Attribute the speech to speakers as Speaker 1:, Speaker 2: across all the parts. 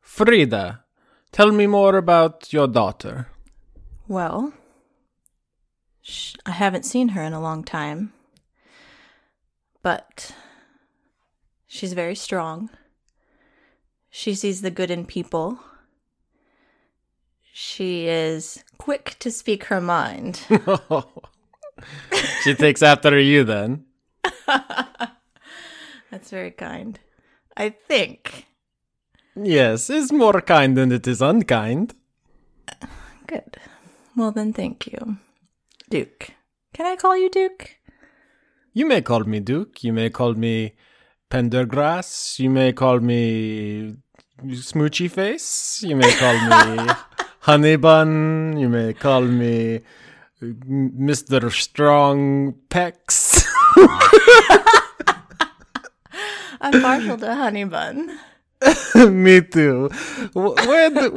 Speaker 1: Frida, tell me more about your daughter.
Speaker 2: Well, sh- I haven't seen her in a long time, but she's very strong. She sees the good in people. She is quick to speak her mind.
Speaker 1: she takes after you then.
Speaker 2: That's very kind. I think.
Speaker 1: Yes, it's more kind than it is unkind.
Speaker 2: Good. Well, then, thank you. Duke. Can I call you Duke?
Speaker 1: You may call me Duke, you may call me Pendergrass, you may call me Smoochy Face, you may call me Honey Bun, you may call me Mr. Strong Pecs.
Speaker 2: I'm partial to honey bun.
Speaker 1: me too. Wh- Where do, what,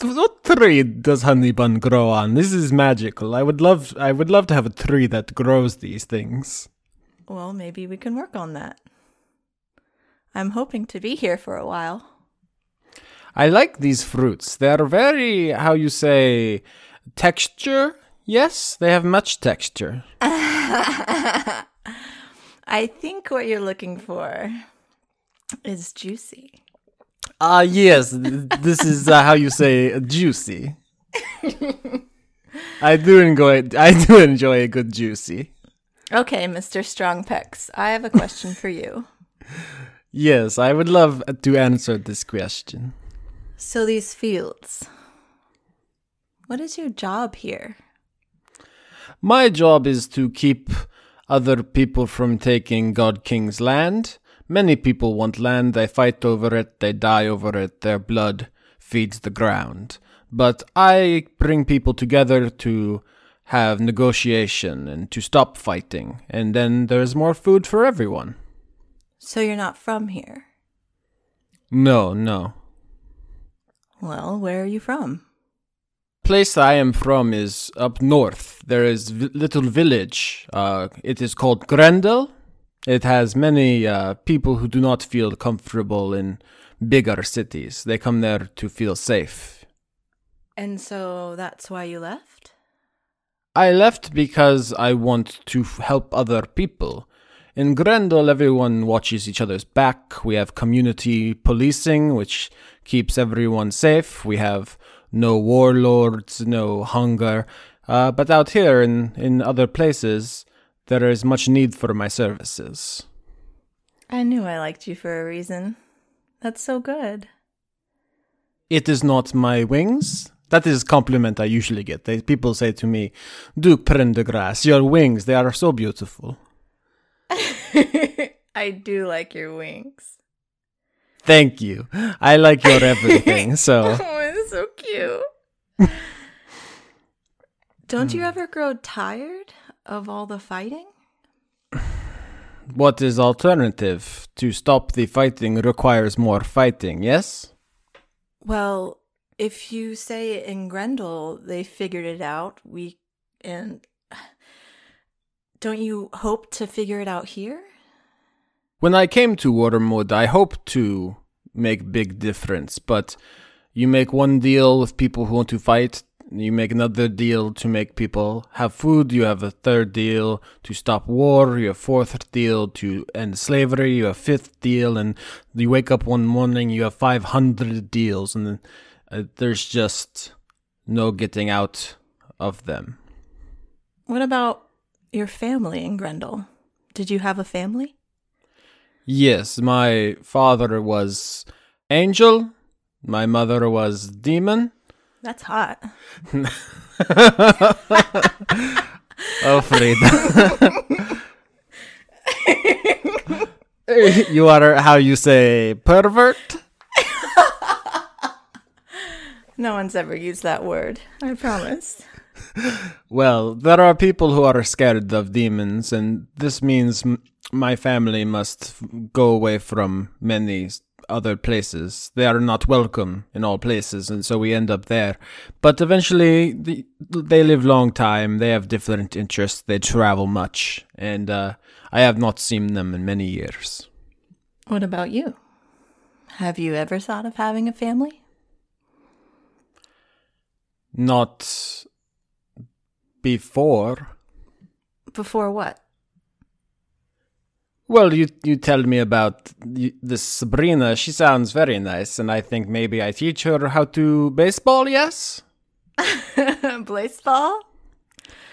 Speaker 1: what what tree does honey bun grow on? This is magical. I would love I would love to have a tree that grows these things.
Speaker 2: Well, maybe we can work on that. I'm hoping to be here for a while.
Speaker 1: I like these fruits. They're very, how you say, texture. Yes, they have much texture.
Speaker 2: I think what you're looking for is juicy.
Speaker 1: Ah, yes, th- this is uh, how you say juicy. I do enjoy. I do enjoy a good juicy.
Speaker 2: Okay, Mr. Strong Pecs, I have a question for you.
Speaker 1: Yes, I would love to answer this question.
Speaker 2: So, these fields, what is your job here?
Speaker 1: My job is to keep other people from taking God King's land. Many people want land, they fight over it, they die over it, their blood feeds the ground. But I bring people together to have negotiation and to stop fighting, and then there's more food for everyone.
Speaker 2: So, you're not from here.
Speaker 1: No, no.
Speaker 2: Well, where are you from?
Speaker 1: place I am from is up north. There is v- little village. Uh, it is called Grendel. It has many uh, people who do not feel comfortable in bigger cities. They come there to feel safe.
Speaker 2: And so that's why you left?
Speaker 1: I left because I want to f- help other people. In Grendel, everyone watches each other's back. We have community policing, which keeps everyone safe. We have no warlords, no hunger. Uh, but out here in, in other places, there is much need for my services.
Speaker 2: I knew I liked you for a reason. That's so good.
Speaker 1: It is not my wings. That is compliment I usually get. They, people say to me, Duke Prendergrass, your wings, they are so beautiful.
Speaker 2: I do like your wings.
Speaker 1: Thank you. I like your everything. So,
Speaker 2: Oh, it's so cute. Don't you ever grow tired of all the fighting?
Speaker 1: what is alternative? To stop the fighting requires more fighting, yes?
Speaker 2: Well, if you say in Grendel they figured it out, we and don't you hope to figure it out here?
Speaker 1: When I came to Watermood, I hoped to make big difference, but you make one deal with people who want to fight, you make another deal to make people have food, you have a third deal to stop war, you have fourth deal to end slavery, you have fifth deal, and you wake up one morning, you have 500 deals, and uh, there's just no getting out of them.
Speaker 2: What about your family in Grendel? Did you have a family?
Speaker 1: Yes, my father was angel, my mother was demon.
Speaker 2: That's hot.
Speaker 1: Oh, Frida. you are how you say pervert?
Speaker 2: No one's ever used that word. I promise.
Speaker 1: Well, there are people who are scared of demons, and this means m- my family must f- go away from many s- other places. They are not welcome in all places, and so we end up there. But eventually, the, they live long time. They have different interests. They travel much, and uh, I have not seen them in many years.
Speaker 2: What about you? Have you ever thought of having a family?
Speaker 1: Not before.
Speaker 2: Before what?
Speaker 1: Well, you you tell me about y- this Sabrina. She sounds very nice, and I think maybe I teach her how to baseball. Yes,
Speaker 2: Blazeball?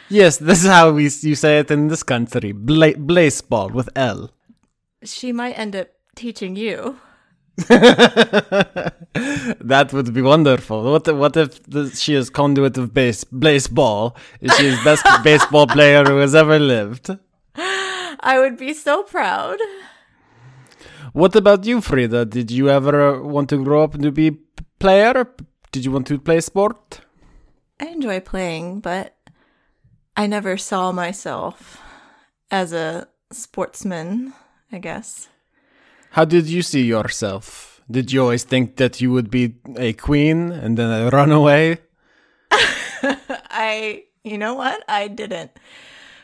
Speaker 1: yes. This is how we s- you say it in this country. Bla- baseball with L.
Speaker 2: She might end up teaching you.
Speaker 1: that would be wonderful. What what if the, she is conduit of base baseball? She is best baseball player who has ever lived.
Speaker 2: I would be so proud.
Speaker 1: What about you, Frida? Did you ever want to grow up to be p- player? Did you want to play sport?
Speaker 2: I enjoy playing, but I never saw myself as a sportsman, I guess.
Speaker 1: How did you see yourself? Did you always think that you would be a queen and then a runaway?
Speaker 2: I, you know what? I didn't.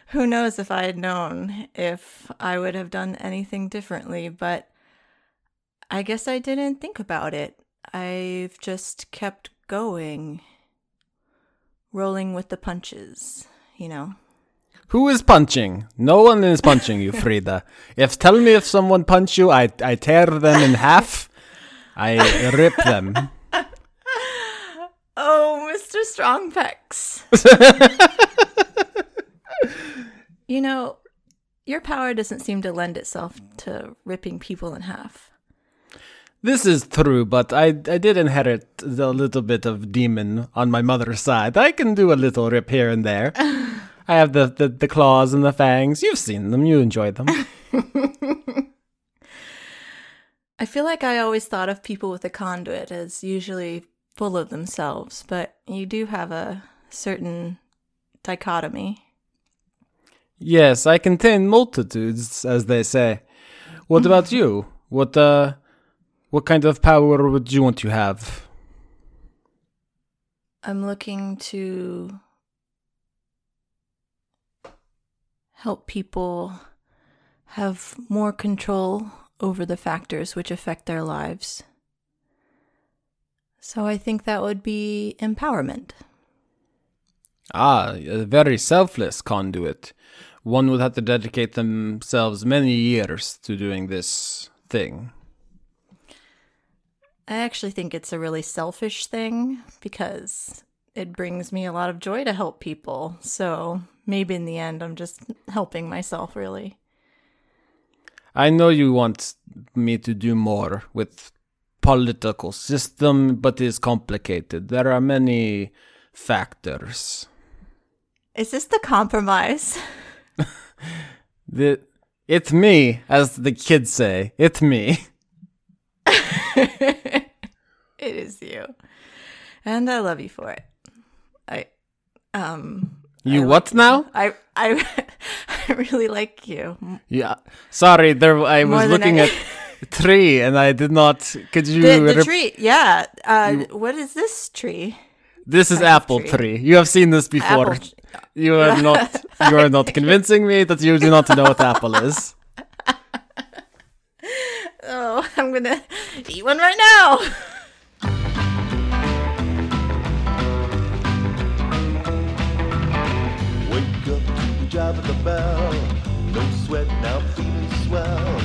Speaker 2: Who knows if I had known if I would have done anything differently, but I guess I didn't think about it. I've just kept going, rolling with the punches, you know?
Speaker 1: Who is punching? No one is punching you, Frida. If tell me if someone punch you, I I tear them in half. I rip them.
Speaker 2: Oh, Mr. Strongpex. you know, your power doesn't seem to lend itself to ripping people in half.
Speaker 1: This is true, but I I did inherit a little bit of demon on my mother's side. I can do a little rip here and there. I have the, the, the claws and the fangs. You've seen them. You enjoy them.
Speaker 2: I feel like I always thought of people with a conduit as usually full of themselves, but you do have a certain dichotomy.
Speaker 1: Yes, I contain multitudes, as they say. What about you? What uh, what kind of power would you want to have?
Speaker 2: I'm looking to help people have more control over the factors which affect their lives. So I think that would be empowerment.
Speaker 1: Ah, a very selfless conduit. One would have to dedicate themselves many years to doing this thing.
Speaker 2: I actually think it's a really selfish thing because it brings me a lot of joy to help people. So maybe in the end, I'm just helping myself, really.
Speaker 1: I know you want me to do more with political system, but it's complicated. There are many factors.
Speaker 2: Is this the compromise?
Speaker 1: The it's me, as the kids say. It's me.
Speaker 2: it is you. And I love you for it. I um
Speaker 1: You
Speaker 2: I
Speaker 1: what
Speaker 2: like you.
Speaker 1: now?
Speaker 2: I I I really like you.
Speaker 1: Yeah. Sorry, there I
Speaker 2: More
Speaker 1: was
Speaker 2: than
Speaker 1: looking
Speaker 2: I-
Speaker 1: at tree and I did not could you
Speaker 2: The, the
Speaker 1: rep-
Speaker 2: tree, yeah. Uh, what is this tree?
Speaker 1: This is
Speaker 2: type of
Speaker 1: apple tree.
Speaker 2: tree.
Speaker 1: You have seen this before.
Speaker 2: Apple.
Speaker 1: You are not you are not convincing me that you do not know what apple is.
Speaker 2: Oh, I'm gonna eat one right now.
Speaker 3: Wake up to the jive of the bell. No sweat, now I'm feeling swell.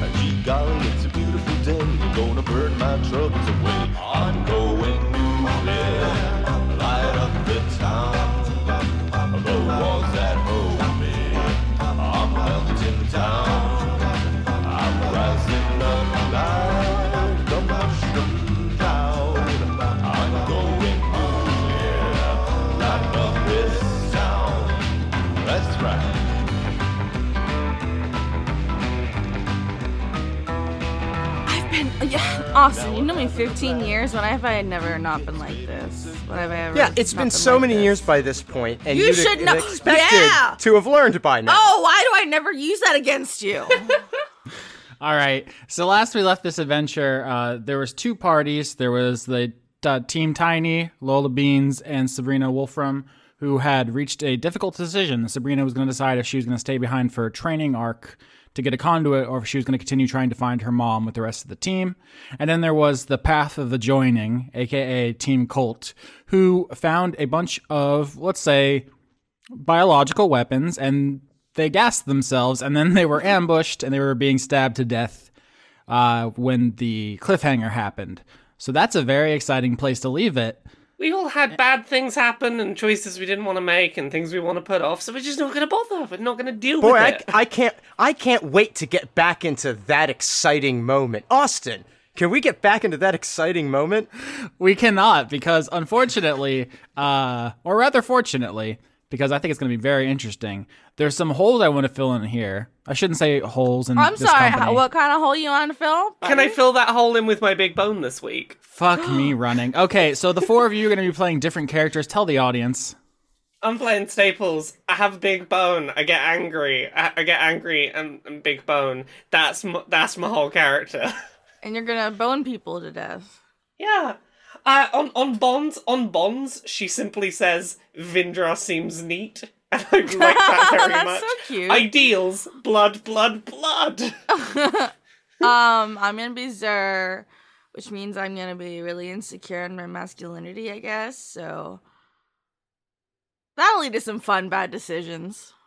Speaker 3: Uh, Gee golly, it's a beautiful day. I'm gonna burn my troubles away. I'm going nuclear. Light up the town. The walls that hold me. I'm melting down. I'm rising up loud. Come rush them down. I'm going nuclear. Light up this town. That's right.
Speaker 4: I've been yeah, Austin. You know me 15 years. When have I never not been like this? When have I ever?
Speaker 5: Yeah, it's
Speaker 4: not
Speaker 5: been so
Speaker 4: like
Speaker 5: many
Speaker 4: this?
Speaker 5: years by this point, and
Speaker 4: You
Speaker 5: you'd
Speaker 4: should
Speaker 5: have
Speaker 4: know-
Speaker 5: expected
Speaker 4: Yeah!
Speaker 5: to have learned by now.
Speaker 4: Oh, why do I never use that against you?
Speaker 6: All right. So last we left this adventure, uh, there was two parties. There was the uh, team Tiny, Lola Beans, and Sabrina Wolfram, who had reached a difficult decision. Sabrina was going to decide if she was going to stay behind for a training arc to get a conduit or if she was going to continue trying to find her mom with the rest of the team. And then there was the Path of the Joining, aka Team Colt, who found a bunch of, let's say, biological weapons and they gassed themselves and then they were ambushed and they were being stabbed to death uh, when the cliffhanger happened. So that's a very exciting place to leave it.
Speaker 7: We all had bad things happen and choices we didn't want to make and things we want to put off, so we're just not going to bother. We're not going to deal
Speaker 5: Boy,
Speaker 7: with
Speaker 5: I,
Speaker 7: it.
Speaker 5: I can't I can't wait to get back into that exciting moment. Austin, can we get back into that exciting moment?
Speaker 6: We cannot because unfortunately, uh, or rather fortunately, because I think it's going to be very interesting. There's some holes I want to fill in here. I shouldn't say holes in
Speaker 4: I'm
Speaker 6: this
Speaker 4: sorry.
Speaker 6: company.
Speaker 4: How, what kind of hole you on, Phil?
Speaker 7: Can I fill that hole in with my big bone this week?
Speaker 6: Fuck me running. Okay, so the four of you are going to be playing different characters. Tell the audience.
Speaker 7: I'm playing Staples. I have big bone. I get angry. I, I get angry and, and big bone. That's m- that's my whole character.
Speaker 4: And you're gonna bone people to death.
Speaker 7: yeah. Uh, on on bonds on bonds, she simply says Vindra seems neat, and I like that very
Speaker 4: That's
Speaker 7: much.
Speaker 4: so cute.
Speaker 7: Ideals, blood, blood, blood.
Speaker 4: Um, I'm gonna be Zer, which means I'm gonna be really insecure in my masculinity, I guess. So that'll lead to some fun bad decisions.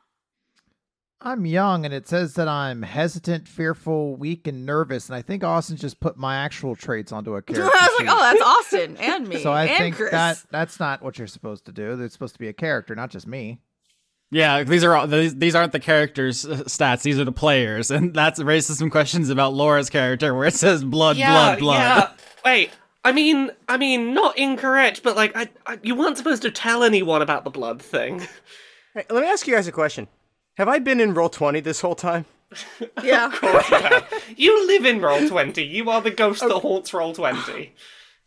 Speaker 8: I'm young, and it says that I'm hesitant, fearful, weak, and nervous. And I think Austin just put my actual traits onto a
Speaker 4: I
Speaker 8: character.
Speaker 4: was like,
Speaker 8: sheet.
Speaker 4: oh, that's Austin and me
Speaker 8: so I
Speaker 4: and
Speaker 8: think
Speaker 4: Chris.
Speaker 8: that that's not what you're supposed to do. There's supposed to be a character, not just me.
Speaker 6: Yeah, these are all, these, these aren't the characters' uh, stats. These are the players, and that's raises some questions about Laura's character, where it says blood, blood, blood.
Speaker 7: Wait, I mean, I mean, not incorrect, but like, I, I, you weren't supposed to tell anyone about the blood thing.
Speaker 5: Hey, let me ask you guys a question. Have I been in roll twenty this whole time?
Speaker 4: yeah.
Speaker 7: You live in roll twenty. You are the ghost that haunts roll twenty.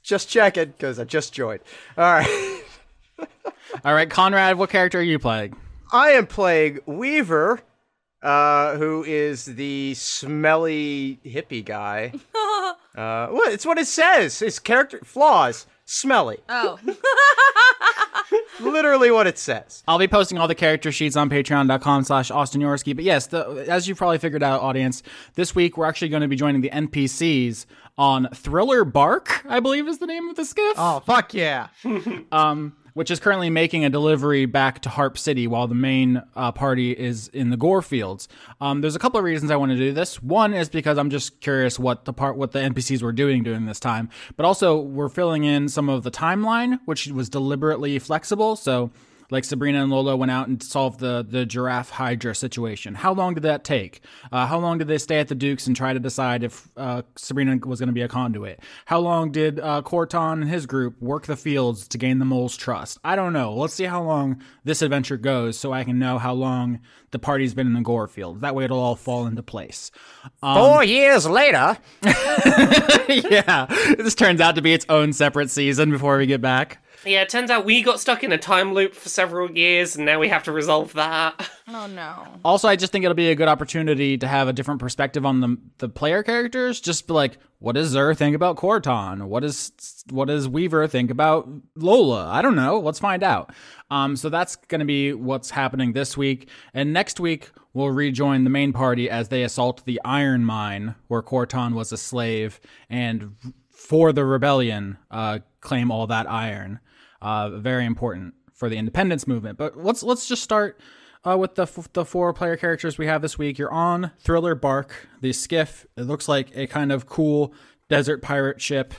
Speaker 5: Just check it, because I just joined. All right.
Speaker 6: All right, Conrad, what character are you playing?
Speaker 5: I am playing Weaver, uh, who is the smelly hippie guy. uh, well, it's what it says. His character flaws, smelly.
Speaker 4: Oh,
Speaker 5: Literally what it says.
Speaker 6: I'll be posting all the character sheets on patreon.com slash Austin Yorsky. But yes, the, as you probably figured out, audience, this week we're actually going to be joining the NPCs on Thriller Bark, I believe is the name of the skiff,
Speaker 8: Oh fuck yeah!
Speaker 6: which is currently making a delivery back to Harp City while the main uh, party is in the Gore Fields. Um, there's a couple of reasons I want to do this. One is because I'm just curious what the part what the NPCs were doing during this time, but also we're filling in some of the timeline, which was deliberately flexible. So like Sabrina and Lola went out and solved the the giraffe hydra situation. How long did that take? Uh, how long did they stay at the Duke's and try to decide if uh, Sabrina was going to be a conduit? How long did uh, Corton and his group work the fields to gain the mole's trust? I don't know. Let's see how long this adventure goes, so I can know how long the party's been in the gore field. That way, it'll all fall into place.
Speaker 5: Four years later.
Speaker 6: yeah, this turns out to be its own separate season before we get back.
Speaker 7: Yeah, it turns out we got stuck in a time loop for several years, and now we have to resolve that.
Speaker 4: oh no.
Speaker 6: Also, I just think it'll be a good opportunity to have a different perspective on the the player characters. Just be like, what does Zer think about Corton? What is what does Weaver think about Lola? I don't know. Let's find out. Um, so that's going to be what's happening this week, and next week we'll rejoin the main party as they assault the iron mine where Corton was a slave, and for the rebellion, uh, claim all that iron. Uh, very important for the independence movement. But let's let's just start uh, with the f- the four player characters we have this week. You're on Thriller Bark, the skiff. It looks like a kind of cool desert pirate ship.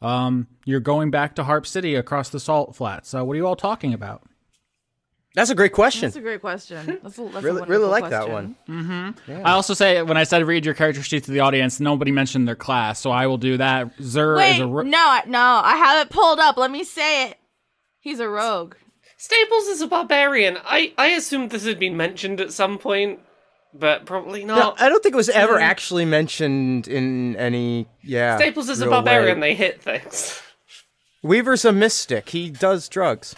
Speaker 6: Um, you're going back to Harp City across the salt flats. Uh, what are you all talking about?
Speaker 5: That's a great question.
Speaker 4: That's a great question. That's a, that's a
Speaker 5: Really- really
Speaker 4: wonderful
Speaker 5: like that
Speaker 4: question.
Speaker 5: one.
Speaker 6: I also say when I said read your character sheet to the audience, nobody mentioned their class, so I will do that. Zer is
Speaker 4: Wait,
Speaker 6: a ro-
Speaker 4: no, I- no, I have it pulled up. Let me say it. He's a rogue.
Speaker 7: Staples is a barbarian. I I assumed this had been mentioned at some point, but probably
Speaker 5: No,
Speaker 7: not.
Speaker 5: I don't think it was ever actually mentioned in any. Yeah.
Speaker 7: Staples is a
Speaker 5: real
Speaker 7: barbarian.
Speaker 5: way.
Speaker 7: They hit things.
Speaker 5: Weaver's a mystic. He does drugs.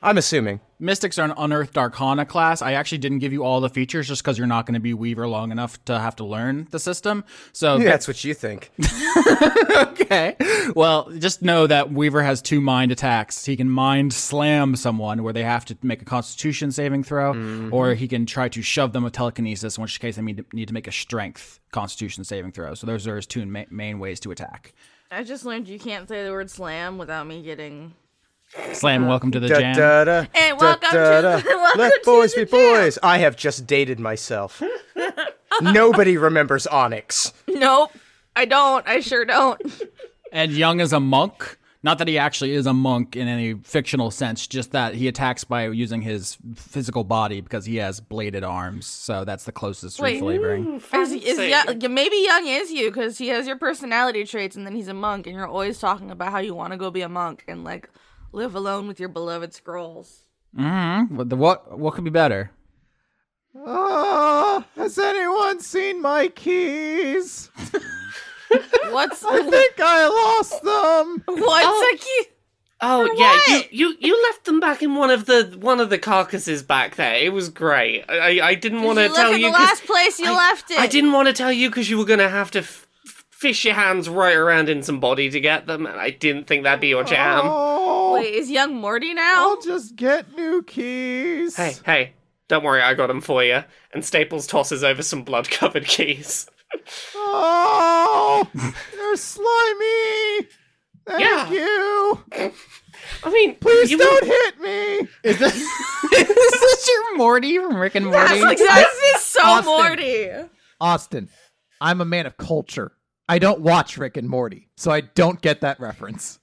Speaker 5: I'm assuming.
Speaker 6: Mystics are an unearthed arcana class. I actually didn't give you all the features just because you're not going to be Weaver long enough to have to learn the system. So
Speaker 5: That's what you think.
Speaker 6: okay. Well, just know that Weaver has two mind attacks. He can mind slam someone where they have to make a constitution saving throw,
Speaker 5: Mm-hmm.
Speaker 6: or he can try to shove them with telekinesis, in which case they need to, need to make a strength constitution saving throw. So those are his two ma- main ways to attack.
Speaker 4: I just learned you can't say the word slam without me getting.
Speaker 6: Slam, welcome to the
Speaker 5: Uh, Da,
Speaker 6: jam.
Speaker 5: da, da,
Speaker 4: Hey,
Speaker 5: da,
Speaker 4: welcome to
Speaker 5: da,
Speaker 4: the-
Speaker 5: da.
Speaker 4: welcome
Speaker 5: Let
Speaker 4: to
Speaker 5: boys
Speaker 4: the
Speaker 5: be boys. I have just dated myself. Nobody remembers Onyx.
Speaker 4: Nope. I don't. I sure don't.
Speaker 6: And Young is a monk. Not that he actually is a monk in any fictional sense, just that he attacks by using his physical body because he has bladed arms. So that's the closest
Speaker 4: Wait.
Speaker 6: reflavoring.
Speaker 4: Is, is young, maybe young is you because he has your personality traits, and then he's a monk, and you're always talking about how you want to go be a monk and like live alone with your beloved scrolls.
Speaker 6: Mm-hmm. What, the- what what could be better?
Speaker 8: Ah, has anyone seen my keys?
Speaker 4: What's
Speaker 8: I think I lost them.
Speaker 4: what's a key?
Speaker 7: Oh yeah, you, you you left them back in one of the one of the carcasses back there. It was great. I I, I didn't want to
Speaker 4: you look
Speaker 7: tell
Speaker 4: in
Speaker 7: you.
Speaker 4: the
Speaker 7: 'cause-
Speaker 4: last place you
Speaker 7: I-
Speaker 4: left it.
Speaker 7: I didn't want to tell you because you were gonna have to f- f- fish your hands right around in some body to get them, and I didn't think that'd be your jam.
Speaker 8: Oh,
Speaker 4: Um, Wait, is young Morty now?
Speaker 8: I'll just get new keys.
Speaker 7: Hey, hey, don't worry, I got them for you. And Staples tosses over some blood-covered keys.
Speaker 8: Oh, they're slimy. Thank
Speaker 7: Yeah.
Speaker 8: you.
Speaker 7: I mean,
Speaker 8: Please
Speaker 7: you
Speaker 8: don't hit me.
Speaker 6: Is this, is this your Morty from Rick and Morty?
Speaker 4: That's this is so
Speaker 8: Austin.
Speaker 4: Morty.
Speaker 8: Austin, I'm a man of culture. I don't watch Rick and Morty, so I don't get that reference.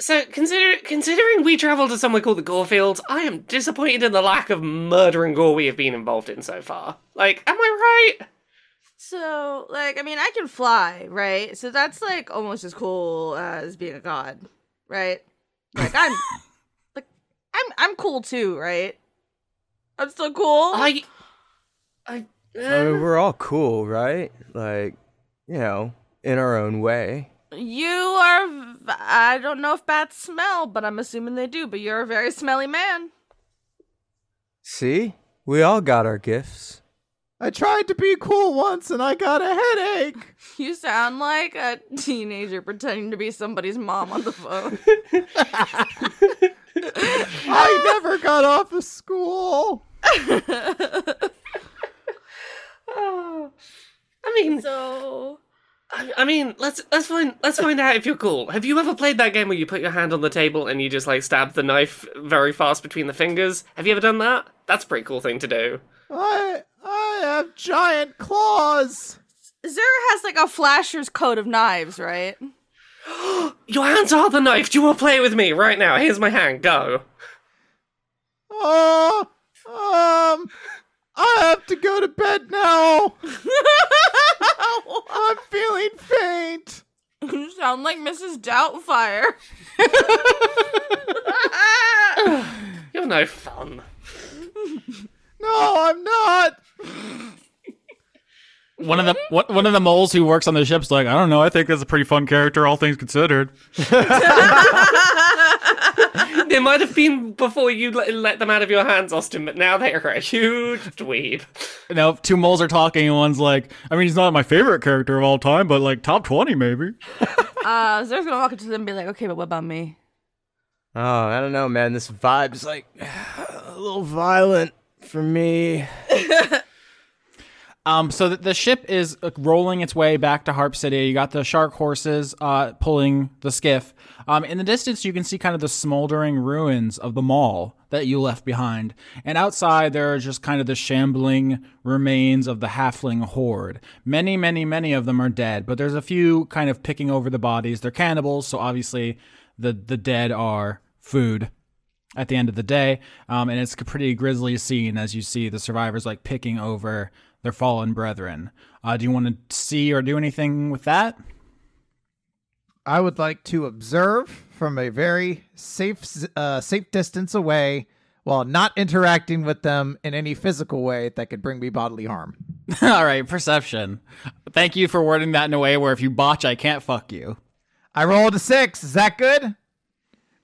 Speaker 7: So consider considering we travel to somewhere called the Gorefields, I am disappointed in the lack of murder and gore we have been involved in so far. Like, am I right?
Speaker 4: So, like, I mean, I can fly, right? So that's like almost as cool as being a god, right? Like I'm, like I'm, I'm cool too, right? I'm still cool.
Speaker 7: I, I.
Speaker 5: I
Speaker 7: Uh,
Speaker 5: mean, we're all cool, right? Like, you know, in our own way.
Speaker 4: you are. v- I don't know if bats smell, but I'm assuming they do. But you're a very smelly man.
Speaker 5: See? We all got our gifts.
Speaker 8: I tried to be cool once and I got a headache.
Speaker 4: You sound like a teenager pretending to be somebody's mom on the phone.
Speaker 8: I never got off of school.
Speaker 7: I mean,
Speaker 4: so
Speaker 7: I, I mean, let's let's find let's find out if you're cool. Have you ever played that game where you put your hand on the table and you just like stab the knife very fast between the fingers? Have you ever done that? That's a pretty cool thing to do.
Speaker 8: I I have giant claws.
Speaker 4: Zara has like a flasher's coat of knives, right?
Speaker 7: Your hands are the knife. Do you want to play with me right now? Here's my hand. Go.
Speaker 8: Oh, um, I have to go to bed now. I'm feeling faint.
Speaker 4: You sound like Mrs. Doubtfire.
Speaker 7: You're no fun.
Speaker 8: No, I'm not.
Speaker 6: One of the one, one of the moles who works on the ship's like, I don't know, I think that's a pretty fun character, all things considered.
Speaker 7: They might have been before you let, let them out of your hands, Austin, but now they are a huge dweeb.
Speaker 6: You know, two moles are talking, and one's like, I mean, he's not my favorite character of all time, but like top twenty maybe.
Speaker 4: Uh, Zara's gonna walk up to them and be like, okay, but what about me?
Speaker 5: Oh, I don't know, man. This vibe's like a little violent for me.
Speaker 6: Um, so the, the ship is uh, rolling its way back to Harp City. You got the shark horses uh, pulling the skiff. Um, in the distance, you can see kind of the smoldering ruins of the mall that you left behind. And outside, there are just kind of the shambling remains of the halfling horde. Many, many, many of them are dead, but there's a few kind of picking over the bodies. They're cannibals, so obviously the, the dead are food at the end of the day. Um, and it's a pretty grisly scene as you see the survivors like picking over their fallen brethren. Uh, do you want to see or do anything with that?
Speaker 8: I would like to observe from a very safe, s- uh, safe distance away, while not interacting with them in any physical way that could bring me bodily harm.
Speaker 6: All right, perception. Thank you for wording that in a way where if you botch, I can't fuck you.
Speaker 8: I rolled a six. Is that good?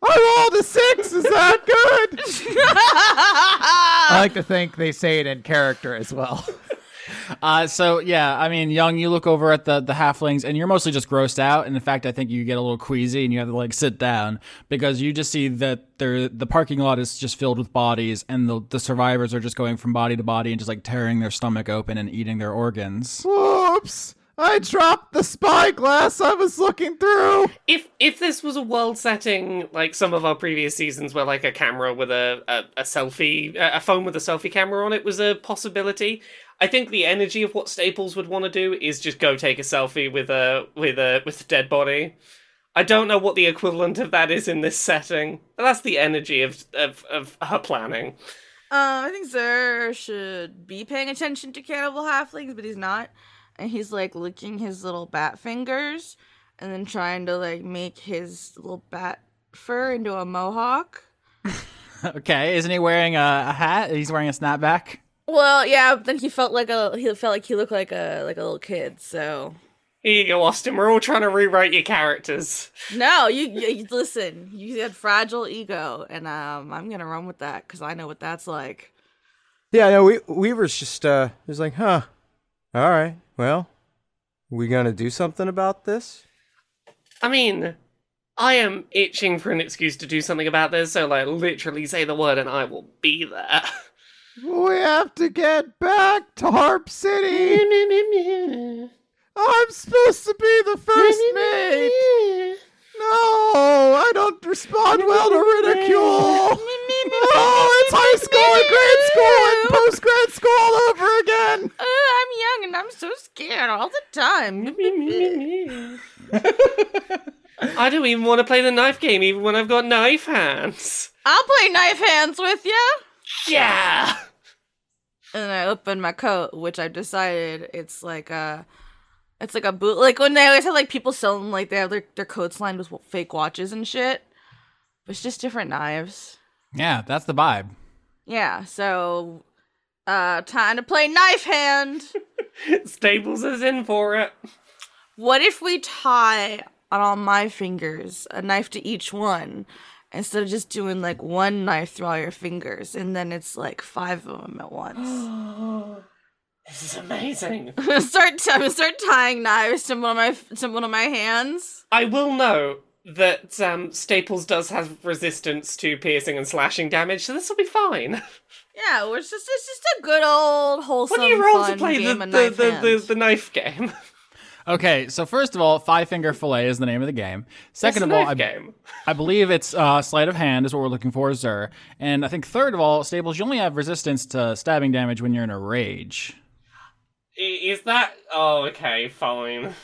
Speaker 8: I rolled a six. Is that good? I like to think they say it in character as well.
Speaker 6: Uh, so yeah, I mean, young, you look over at the the halflings, and you're mostly just grossed out. And in fact, I think you get a little queasy, and you have to like sit down because you just see that there the parking lot is just filled with bodies, and the the survivors are just going from body to body and just like tearing their stomach open and eating their organs.
Speaker 8: Whoops! I dropped the spyglass I was looking through.
Speaker 7: If if this was a world setting like some of our previous seasons, where like a camera with a a, a selfie, a a phone with a selfie camera on it was a possibility, I think the energy of what Staples would want to do is just go take a selfie with a with a with a dead body. I don't know what the equivalent of that is in this setting. But that's the energy of of, of her planning.
Speaker 4: Uh, I think Zer should be paying attention to cannibal halflings, but he's not. And he's like licking his little bat fingers and then trying to like make his little bat fur into a mohawk.
Speaker 6: okay, isn't he wearing a, a hat? He's wearing a snapback.
Speaker 4: Well, yeah, but then he felt like a he felt like he looked like a like a little kid, so
Speaker 7: Here you go, Austin. We're all trying to rewrite your characters.
Speaker 4: No, you, you you- listen. You had fragile ego, and um, I'm gonna run with that because I know what that's like.
Speaker 5: Yeah, no, we, Weaver's just uh is like, huh. All right. Well, we gonna do something about this?
Speaker 7: I mean, I am itching for an excuse to do something about this, so like literally say the word and I will be there.
Speaker 8: We have to get back to Harp City. I'm supposed to be the first mate. No, I don't respond well to ridicule. Oh, it's high school and grade school and post grad school all over again.
Speaker 4: Uh, I'm young and I'm so scared all the time.
Speaker 7: I don't even want to play the knife game, even when I've got knife hands.
Speaker 4: I'll play knife hands with you.
Speaker 7: Yeah.
Speaker 4: And I opened my coat, which I decided it's like a, it's like a boot. Like when they always have like people selling like they have their, their coats lined with fake watches and shit. But it's just different knives.
Speaker 6: Yeah, that's the vibe.
Speaker 4: Yeah, so uh time to play knife hand.
Speaker 7: Staples is in for it.
Speaker 4: what if we tie on all my fingers a knife to each one instead of just doing like one knife through all your fingers and then it's like five of them at once.
Speaker 7: This is amazing.
Speaker 4: start I'm gonna start tying knives to one of my to one of my hands.
Speaker 7: I will note that um, Staples does have resistance to piercing and slashing damage, so this will be fine.
Speaker 4: Yeah, we're just it's just a good old wholesome
Speaker 7: What do you roll to
Speaker 4: fun
Speaker 7: play the,
Speaker 4: game
Speaker 7: the,
Speaker 4: of knife
Speaker 7: the, the,
Speaker 4: hand.
Speaker 7: the knife game?
Speaker 6: Okay, so first of all, five finger fillet is the name of the game.
Speaker 7: It's
Speaker 6: Second
Speaker 7: a
Speaker 6: of all,
Speaker 7: knife
Speaker 6: I,
Speaker 7: game.
Speaker 6: I believe it's uh, sleight of hand is what we're looking for, sir. And I think third of all, Staples, you only have resistance to stabbing damage when you're in a rage.
Speaker 7: I- Is that. Oh, okay, fine.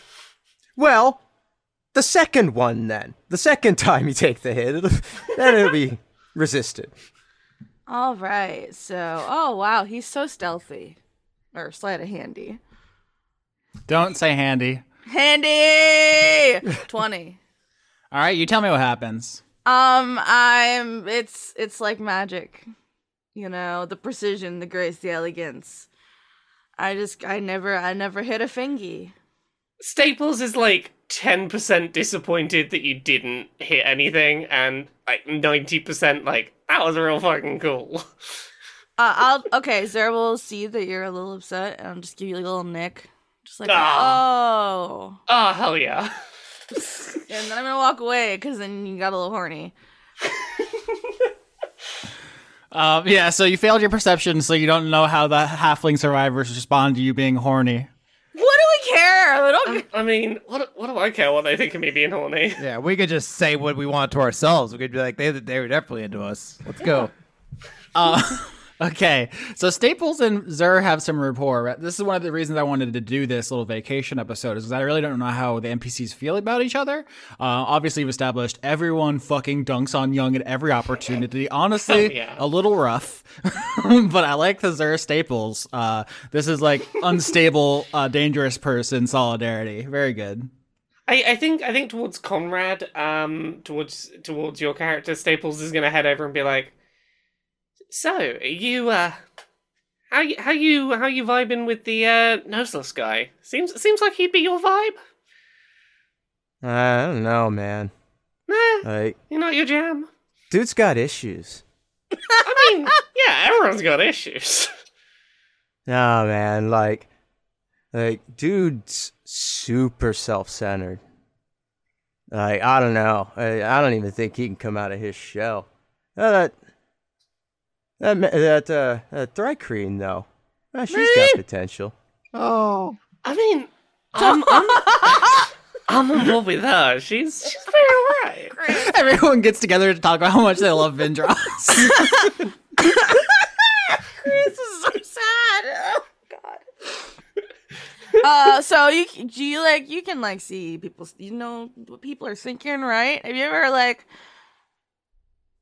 Speaker 5: Well, the second one then. The second time you take the hit, it'll, then it'll be resisted.
Speaker 4: All right. So, oh wow, he's so stealthy. Or sleight of handy.
Speaker 6: Don't say handy.
Speaker 4: Handy 20.
Speaker 6: All right, you tell me what happens.
Speaker 4: Um I'm it's it's like magic. You know, the precision, the grace, the elegance. I just I never I never hit a fingy.
Speaker 7: Staples is like 10% disappointed that you didn't hit anything, and like 90% like, that was real fucking cool.
Speaker 4: Uh, I'll okay, Zer will see that you're a little upset and I'll just give you like a little nick. Just like, oh.
Speaker 7: Oh, hell yeah.
Speaker 4: And then I'm gonna walk away because then you got a little horny.
Speaker 6: Um, yeah, so you failed your perception, so you don't know how the halfling survivors respond to you being horny.
Speaker 4: What do we care? We don't
Speaker 7: I mean, what, what do I care what they think of me being horny?
Speaker 8: Yeah, we could just say what we want to ourselves. We could be like, they, they were definitely into us. Let's go.
Speaker 6: Okay, so Staples and Zer have some rapport. right? This is one of the reasons I wanted to do this little vacation episode, is because I really don't know how the NPCs feel about each other. Uh, obviously, we've established everyone fucking dunks on Young at every opportunity. Honestly,
Speaker 7: yeah.
Speaker 6: a little rough, but I like the Zer Staples. Uh, this is like unstable, uh, dangerous person solidarity. Very good.
Speaker 7: I, I think I think towards Conrad, um, towards towards your character, Staples is gonna head over and be like, "So you, uh, how you how you how you vibing with the uh, noseless guy? Seems seems like he'd be your vibe.
Speaker 5: I don't know, man.
Speaker 7: Nah,
Speaker 9: Like,
Speaker 7: You're not your jam.
Speaker 9: dude's got issues.
Speaker 7: I mean, yeah, everyone's got issues.
Speaker 9: Nah, man. Like, like, dude's super self-centered. Like, I don't know. I, I don't even think he can come out of his shell. Uh, that, that, ma- that, uh, that Thrycreen, though. Uh, she's got potential.
Speaker 8: Oh,
Speaker 7: I mean, I'm, I'm, I'm in love with her. She's she's very alright.
Speaker 6: Everyone gets together to talk about how much they love Vindros.
Speaker 4: this is so sad. Oh god. uh, so you c- do you like you can like see people you know what people are thinking, right? Have you ever like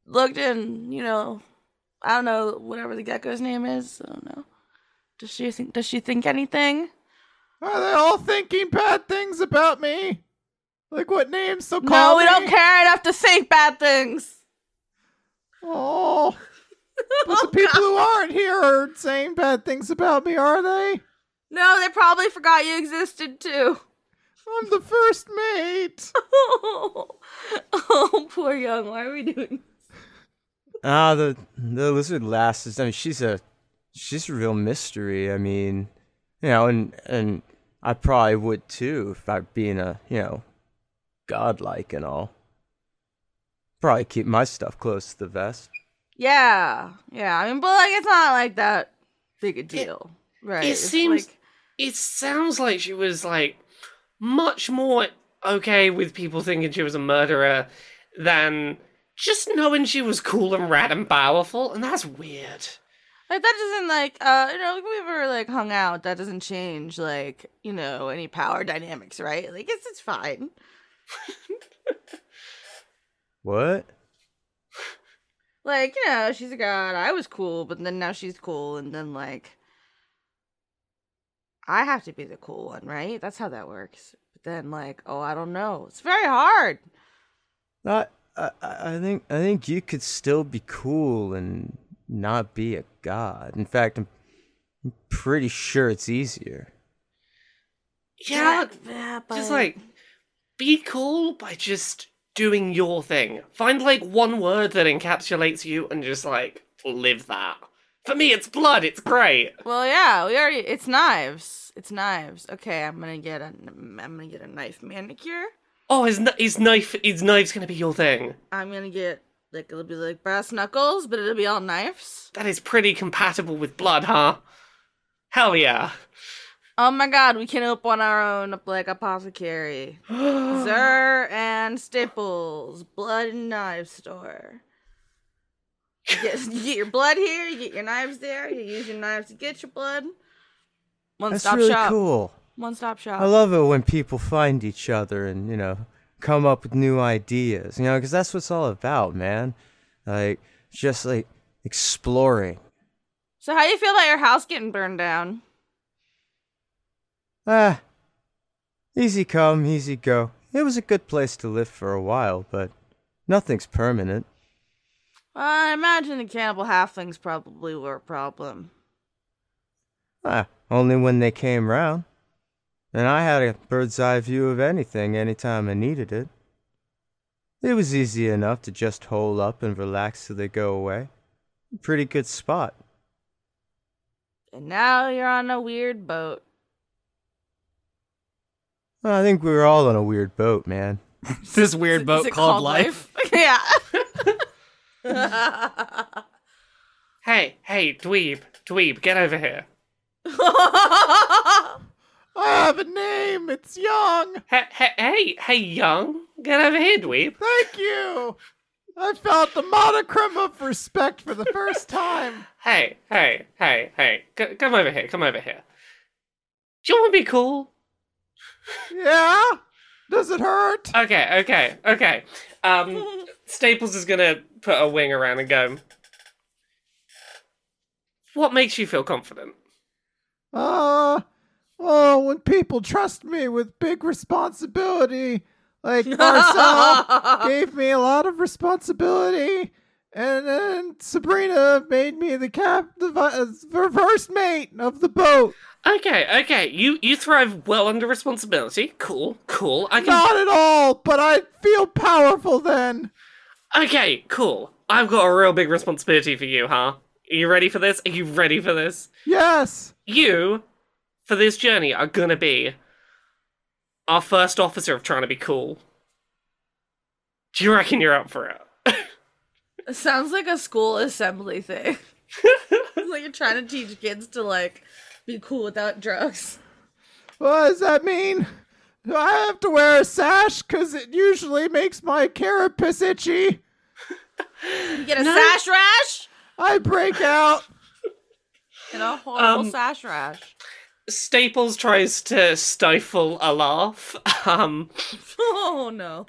Speaker 4: looked in, you know, I don't know whatever the gecko's name is. I don't know. Does she think? Does she think anything?
Speaker 8: are they all thinking bad things about me? Like what names? So
Speaker 4: no,
Speaker 8: call
Speaker 4: we
Speaker 8: me.
Speaker 4: don't care enough to think bad things.
Speaker 8: Oh, but the people who aren't here are saying bad things about me, are they?
Speaker 4: No, they probably forgot you existed too.
Speaker 8: I'm the first mate.
Speaker 4: Oh, poor young. Why are we doing?
Speaker 9: Ah, the the lizard lass is. I mean, she's a she's a real mystery. I mean, you know, and and I probably would too if I being a you know, godlike and all. Probably keep my stuff close to the vest.
Speaker 4: Yeah, yeah. I mean, but like, it's not like that big a deal, right?
Speaker 7: it
Speaker 4: It's
Speaker 7: seems-
Speaker 4: like,
Speaker 7: It sounds like she was like much more okay with people thinking she was a murderer than just knowing she was cool and rad and powerful, and that's weird.
Speaker 4: like that doesn't like uh you know like we ever like hung out that doesn't change like you know any power dynamics, right? Like it's it's fine.
Speaker 9: What?
Speaker 4: Like you know she's a god. I was cool, but then now she's cool, and then like I have to be the cool one, right? That's how that works. But then like oh I don't know. It's very hard.
Speaker 9: Not. I, I I think I think you could still be cool and not be a god. In fact, I'm I'm pretty sure it's easier.
Speaker 7: Yeah,
Speaker 4: yeah but...
Speaker 7: just like be cool by just doing your thing. Find like one word that encapsulates you and just like live that. For me, it's blood. It's great.
Speaker 4: Well, yeah, we already. It's knives. It's knives. Okay, I'm gonna get a. I'm gonna get a knife manicure.
Speaker 7: Oh, his kn- his knife his knife's gonna be your thing.
Speaker 4: I'm gonna get like it'll be like brass knuckles, but it'll be all knives.
Speaker 7: That is pretty compatible with blood, huh? Hell yeah.
Speaker 4: Oh my god, we can open our own up like apothecary, Zer and Staples Blood and Knife Store. You get, you get your blood here. You get your knives there. You use your knives to get your blood. One
Speaker 9: That's
Speaker 4: stop
Speaker 9: really
Speaker 4: shop.
Speaker 9: cool.
Speaker 4: One stop shop.
Speaker 9: I love it when people find each other and, you know, come up with new ideas, you know, because that's what it's all about, man. Like, just like exploring.
Speaker 4: so how do you feel about your house getting burned down?
Speaker 9: Ah, easy come, easy go. It was a good place to live for a while, but nothing's permanent.
Speaker 4: Well, I imagine the cannibal halflings probably were a problem.
Speaker 9: Ah, only when they came round. And I had a bird's eye view of anything anytime I needed it. It was easy enough to just hole up and relax till they go away. Pretty good spot.
Speaker 4: And now you're on a weird boat.
Speaker 9: Well, I think we were all on a weird boat, man.
Speaker 6: this weird boat called, life.
Speaker 4: yeah.
Speaker 7: Hey, hey, dweeb, dweeb, get over here.
Speaker 8: I have a name. It's Young.
Speaker 7: Hey, hey, hey, hey, young, get over here, dweeb.
Speaker 8: Thank you. I felt the monochrome of respect for the first time.
Speaker 7: Hey, hey, hey, hey, c- come over here, come over here. Do you want to be cool?
Speaker 8: Yeah. Does it hurt?
Speaker 7: Okay, okay, okay. Um, Staples is gonna put a wing around and go. What makes you feel confident?
Speaker 8: Uh, oh, when people trust me with big responsibility, like Marcel gave me a lot of responsibility, and then Sabrina made me the cap, the vi- uh, reverse mate of the boat.
Speaker 7: Okay, okay. You you thrive well under responsibility. Cool, cool. I can
Speaker 8: Not at all, but I feel powerful then.
Speaker 7: Okay, cool. I've got a real big responsibility for you, huh? Are you ready for this? Are you ready for this?
Speaker 8: Yes.
Speaker 7: You, for this journey, are gonna be our first officer of trying to be cool. Do you reckon you're up for it?
Speaker 4: Sounds like a school assembly thing. it's like you're trying to teach kids to like be cool without drugs.
Speaker 8: What does that mean? Do I have to wear a sash? Cause it usually makes my carapace itchy.
Speaker 4: You get a sash rash
Speaker 8: I break out.
Speaker 4: and a horrible
Speaker 7: Um,
Speaker 4: sash rash.
Speaker 7: Staples tries to stifle a laugh. Um,
Speaker 4: Oh no.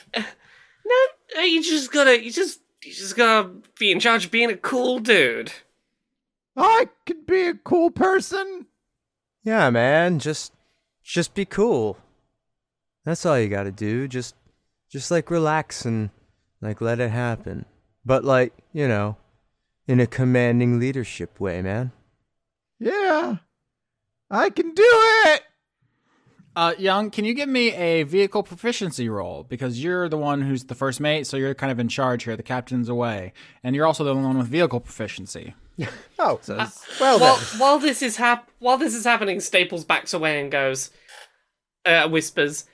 Speaker 7: no, you just gotta, you just, you just gotta be in charge of being a cool dude.
Speaker 8: I could be a cool person.
Speaker 5: Yeah, man, just just be cool. That's all you got to do. Just just like relax and like let it happen. But like, you know, in a commanding leadership way, man.
Speaker 8: Yeah. I can do it.
Speaker 6: Uh, Young, can you give me a vehicle proficiency roll? Because you're the one who's the first mate, so you're kind of in charge here. The captain's away, and you're also the one with vehicle proficiency.
Speaker 5: Oh,
Speaker 8: Well,
Speaker 7: While, while this is hap- while this is happening, Staples backs away and goes, uh, whispers,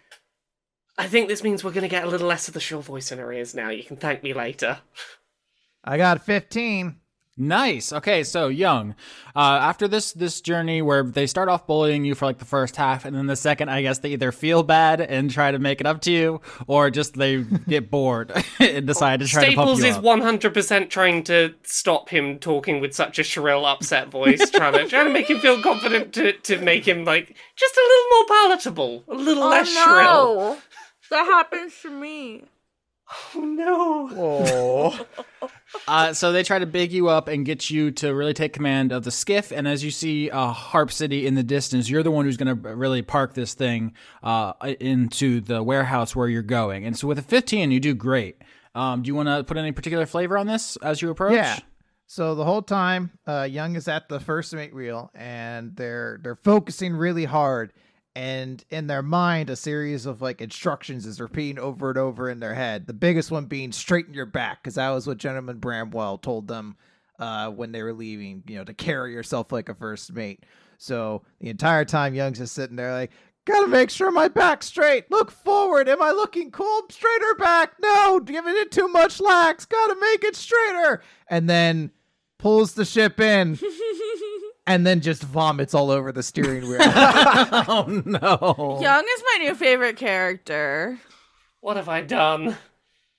Speaker 7: "I think this means we're going to get a little less of the shrill voice in our ears now. You can thank me later."
Speaker 8: I got 15.
Speaker 6: Nice. Okay, so Young, uh, after this this journey where they start off bullying you for like the first half, and then the second, I guess they either feel bad and try to make it up to you, or just they get bored and decide to try to pump
Speaker 7: Staples
Speaker 6: you
Speaker 7: is
Speaker 6: up.
Speaker 7: one hundred percent trying to stop him talking with such a shrill, upset voice, trying to trying to make him feel confident to to make him like just a little more palatable, a little
Speaker 4: Oh,
Speaker 6: Oh,
Speaker 7: less shrill.
Speaker 4: That happens to me.
Speaker 7: Oh no!
Speaker 6: Uh, so they try to big you up and get you to really take command of the skiff. And as you see uh, Harp City in the distance, you're the one who's going to really park this thing uh, into the warehouse where you're going. And so with a 15, you do great. Um, do you want to put any particular flavor on this as you approach?
Speaker 8: Yeah. So the whole time, uh, Young is at the first mate reel, and they're they're focusing really hard, and in their mind, a series of like instructions is repeating over and over in their head. The biggest one being straighten your back, because that was what Gentleman Bramwell told them uh, when they were leaving. You know, to carry yourself like a first mate. So the entire time, Young's just sitting there like. Gotta make sure my back's straight. Look forward. Am I looking cool? Straight or back? No, giving it too much lax. Gotta make it straighter. And then pulls the ship in and then just vomits all over the steering wheel.
Speaker 6: Oh, no.
Speaker 4: Young is my new favorite character.
Speaker 7: What have I done?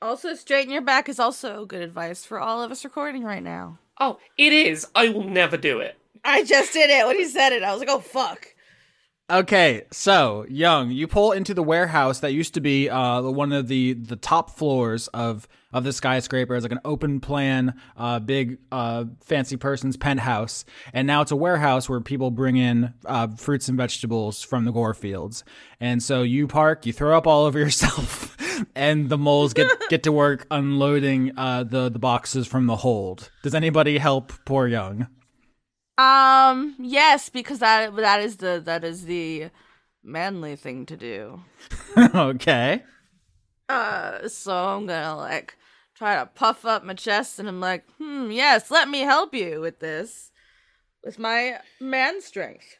Speaker 4: Also, straighten your back is also good advice for all of us recording right now.
Speaker 7: Oh, it is. I will never do it.
Speaker 4: I just did it when he said it. I was like, oh fuck.
Speaker 6: Okay, so Young, you pull into the warehouse that used to be uh, one of the the top floors of of the skyscraper. It's like an open plan, uh, big uh, fancy person's penthouse, and now it's a warehouse where people bring in uh, fruits and vegetables from the gore fields. And so you park, you throw up all over yourself, and the moles get get to work unloading uh, the the boxes from the hold. Does anybody help poor Young?
Speaker 4: Um, yes, because that that is the that is the manly thing to do.
Speaker 6: okay.
Speaker 4: Uh, so I'm gonna like try to puff up my chest, and I'm like, hmm, yes, let me help you with this, with my man strength.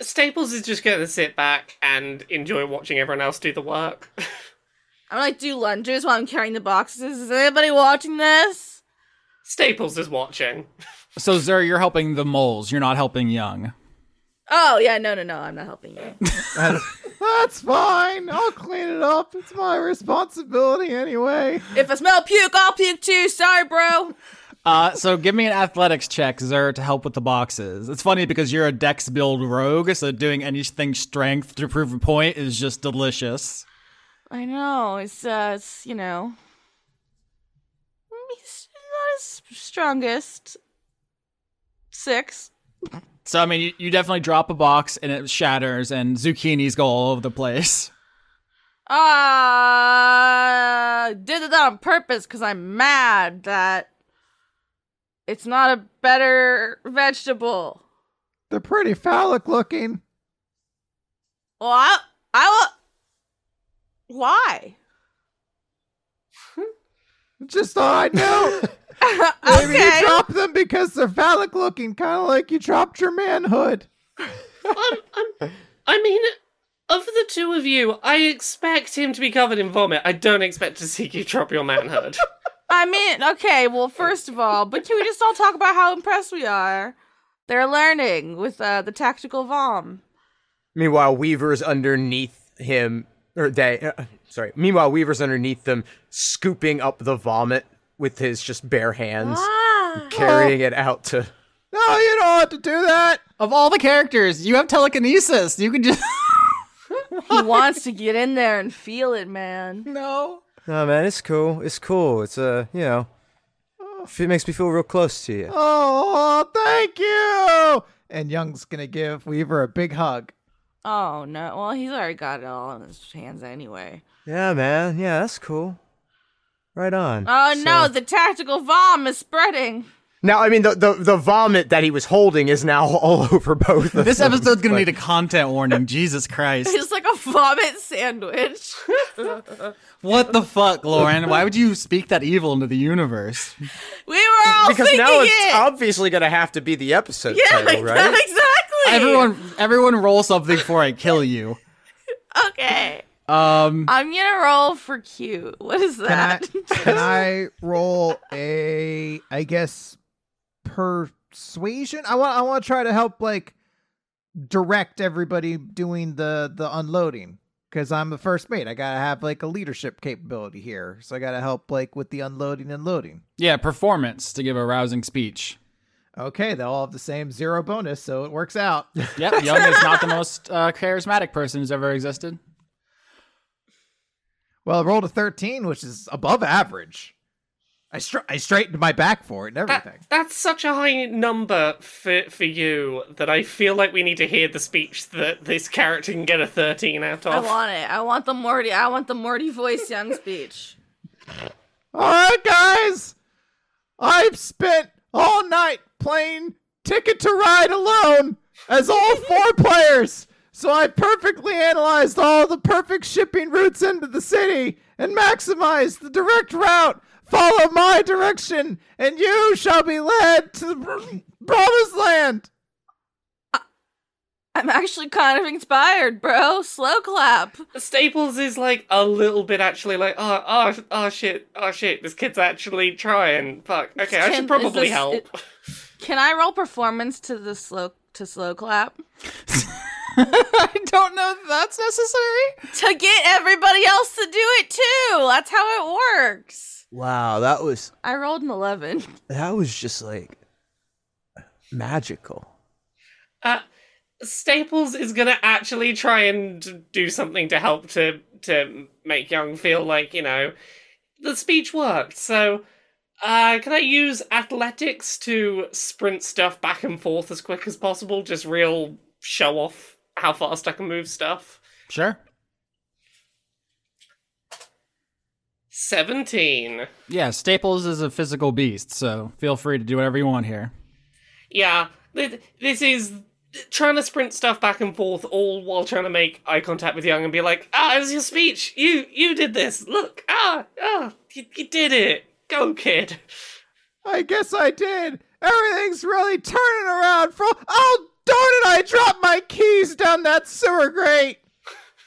Speaker 7: Staples is just going to sit back and enjoy watching everyone else do the work.
Speaker 4: I'm like do lunges while I'm carrying the boxes. Is anybody watching this?
Speaker 7: Staples is watching.
Speaker 6: So Zer, you're helping the moles. You're not helping Young.
Speaker 4: Oh yeah, no, no, no, I'm not helping you.
Speaker 8: That's fine. I'll clean it up. It's my responsibility anyway.
Speaker 4: if I smell puke, I'll puke too. Sorry, bro.
Speaker 6: Uh, so give me an athletics check, Zer, to help with the boxes. It's funny because you're a dex build rogue, so doing anything strength to prove a point is just delicious.
Speaker 4: I know it's uh, it's you know, he's not his strongest. Six.
Speaker 6: So I mean, you, you definitely drop a box and it shatters, and zucchinis go all over the place.
Speaker 4: Uh, did that on purpose because I'm mad that It's not a better vegetable.
Speaker 8: They're pretty phallic looking.
Speaker 4: Well, I, I will. Why?
Speaker 8: Just thought I'd know. Maybe
Speaker 4: okay.
Speaker 8: you drop them because they're phallic looking, kind of like you dropped your manhood.
Speaker 7: I'm, I'm, I mean, of the two of you, I expect him to be covered in vomit. I don't expect to see you drop your manhood.
Speaker 4: I mean, okay, well, first of all, but can we just all talk about how impressed we are? They're learning with uh, the tactical vom.
Speaker 5: Meanwhile, Weaver's underneath him, or they, uh, sorry. Meanwhile, Weaver's underneath them, scooping up the vomit with his just bare hands,
Speaker 4: Ah.
Speaker 5: carrying it out to.
Speaker 8: No, you don't have to do that.
Speaker 6: Of all the characters, you have telekinesis. You can just
Speaker 4: He wants to get in there and feel it, man.
Speaker 6: no.
Speaker 5: No, man, it's cool. It's cool. It's uh, you know, it makes me feel real close to you.
Speaker 8: Oh, thank you. And Young's gonna give Weaver a big hug.
Speaker 4: Oh, no. Well, he's already got it all in his hands anyway.
Speaker 5: Yeah, man. Yeah, that's cool. Right on.
Speaker 4: Oh,
Speaker 5: So-
Speaker 4: no, the tactical vom is spreading.
Speaker 5: Now, I mean, the, the the vomit that he was holding is now all over both. Of
Speaker 6: This
Speaker 5: them.
Speaker 6: episode's gonna need a content warning. Jesus Christ!
Speaker 4: It's like a vomit sandwich.
Speaker 6: What the fuck, Lauren? Why would you speak that evil into the universe?
Speaker 4: we were all
Speaker 5: because
Speaker 4: thinking
Speaker 5: now it's
Speaker 4: it.
Speaker 5: obviously gonna have to be the episode
Speaker 4: yeah,
Speaker 5: title,
Speaker 4: like that,
Speaker 5: right?
Speaker 4: exactly.
Speaker 6: Everyone, everyone, roll something before I kill you.
Speaker 4: Okay.
Speaker 6: Um,
Speaker 4: I'm gonna roll for cute. What is
Speaker 8: Can I,
Speaker 4: that?
Speaker 8: can I roll a, I guess, persuasion? I want, I want to try to help, like, direct everybody doing the the unloading because I'm the first mate. I gotta have like a leadership capability here, so I gotta help like with the unloading and loading.
Speaker 6: yeah, performance to give a rousing speech.
Speaker 8: Okay, they all have the same zero bonus, so it works out.
Speaker 6: Yep, Young is not the most uh, charismatic person who's ever existed.
Speaker 8: Well, I rolled a 13, which is above average. I, stra- I straightened my back for it and everything.
Speaker 7: That- that's such a high number for for you that I feel like we need to hear the speech that this character can get a thirteen out
Speaker 4: I
Speaker 7: of.
Speaker 4: want it. I want the Morty. I want the Morty voice young speech.
Speaker 8: all right, guys! I've spent all night playing Ticket to Ride alone as all four players, so I perfectly analyzed all the perfect shipping routes into the city and maximized the direct route. Follow my direction, and you shall be led to the pr- promised land.
Speaker 4: I'm actually kind of inspired, bro. Slow clap.
Speaker 7: Staples is like a little bit actually like oh oh oh shit oh shit this kid's actually trying fuck okay I
Speaker 4: Can- is
Speaker 7: should probably
Speaker 4: this-
Speaker 7: help.
Speaker 4: it- Can I roll performance to the slow to slow clap
Speaker 6: I don't know if that's necessary.
Speaker 4: to get everybody else to do it too? That's how it works.
Speaker 5: Wow, that was
Speaker 4: I rolled an eleven.
Speaker 5: that was just like magical.
Speaker 7: Uh, Staples is gonna actually try and do something to help to to make Young feel like you know the speech worked. So, uh, can I use athletics to sprint stuff back and forth as quick as possible? Just real show off how fast I can move stuff.
Speaker 6: Sure.
Speaker 7: Seventeen.
Speaker 6: Yeah, Staples is a physical beast, so feel free to do whatever you want here.
Speaker 7: Yeah, th- this is trying to sprint stuff back and forth, all while trying to make eye contact with Young and be like, "Ah, it was your speech. You you did this. Look, ah, ah, you, you did it. Go, kid."
Speaker 8: I guess I did. Everything's really turning around from. Oh, darn it! I dropped my keys down that sewer grate.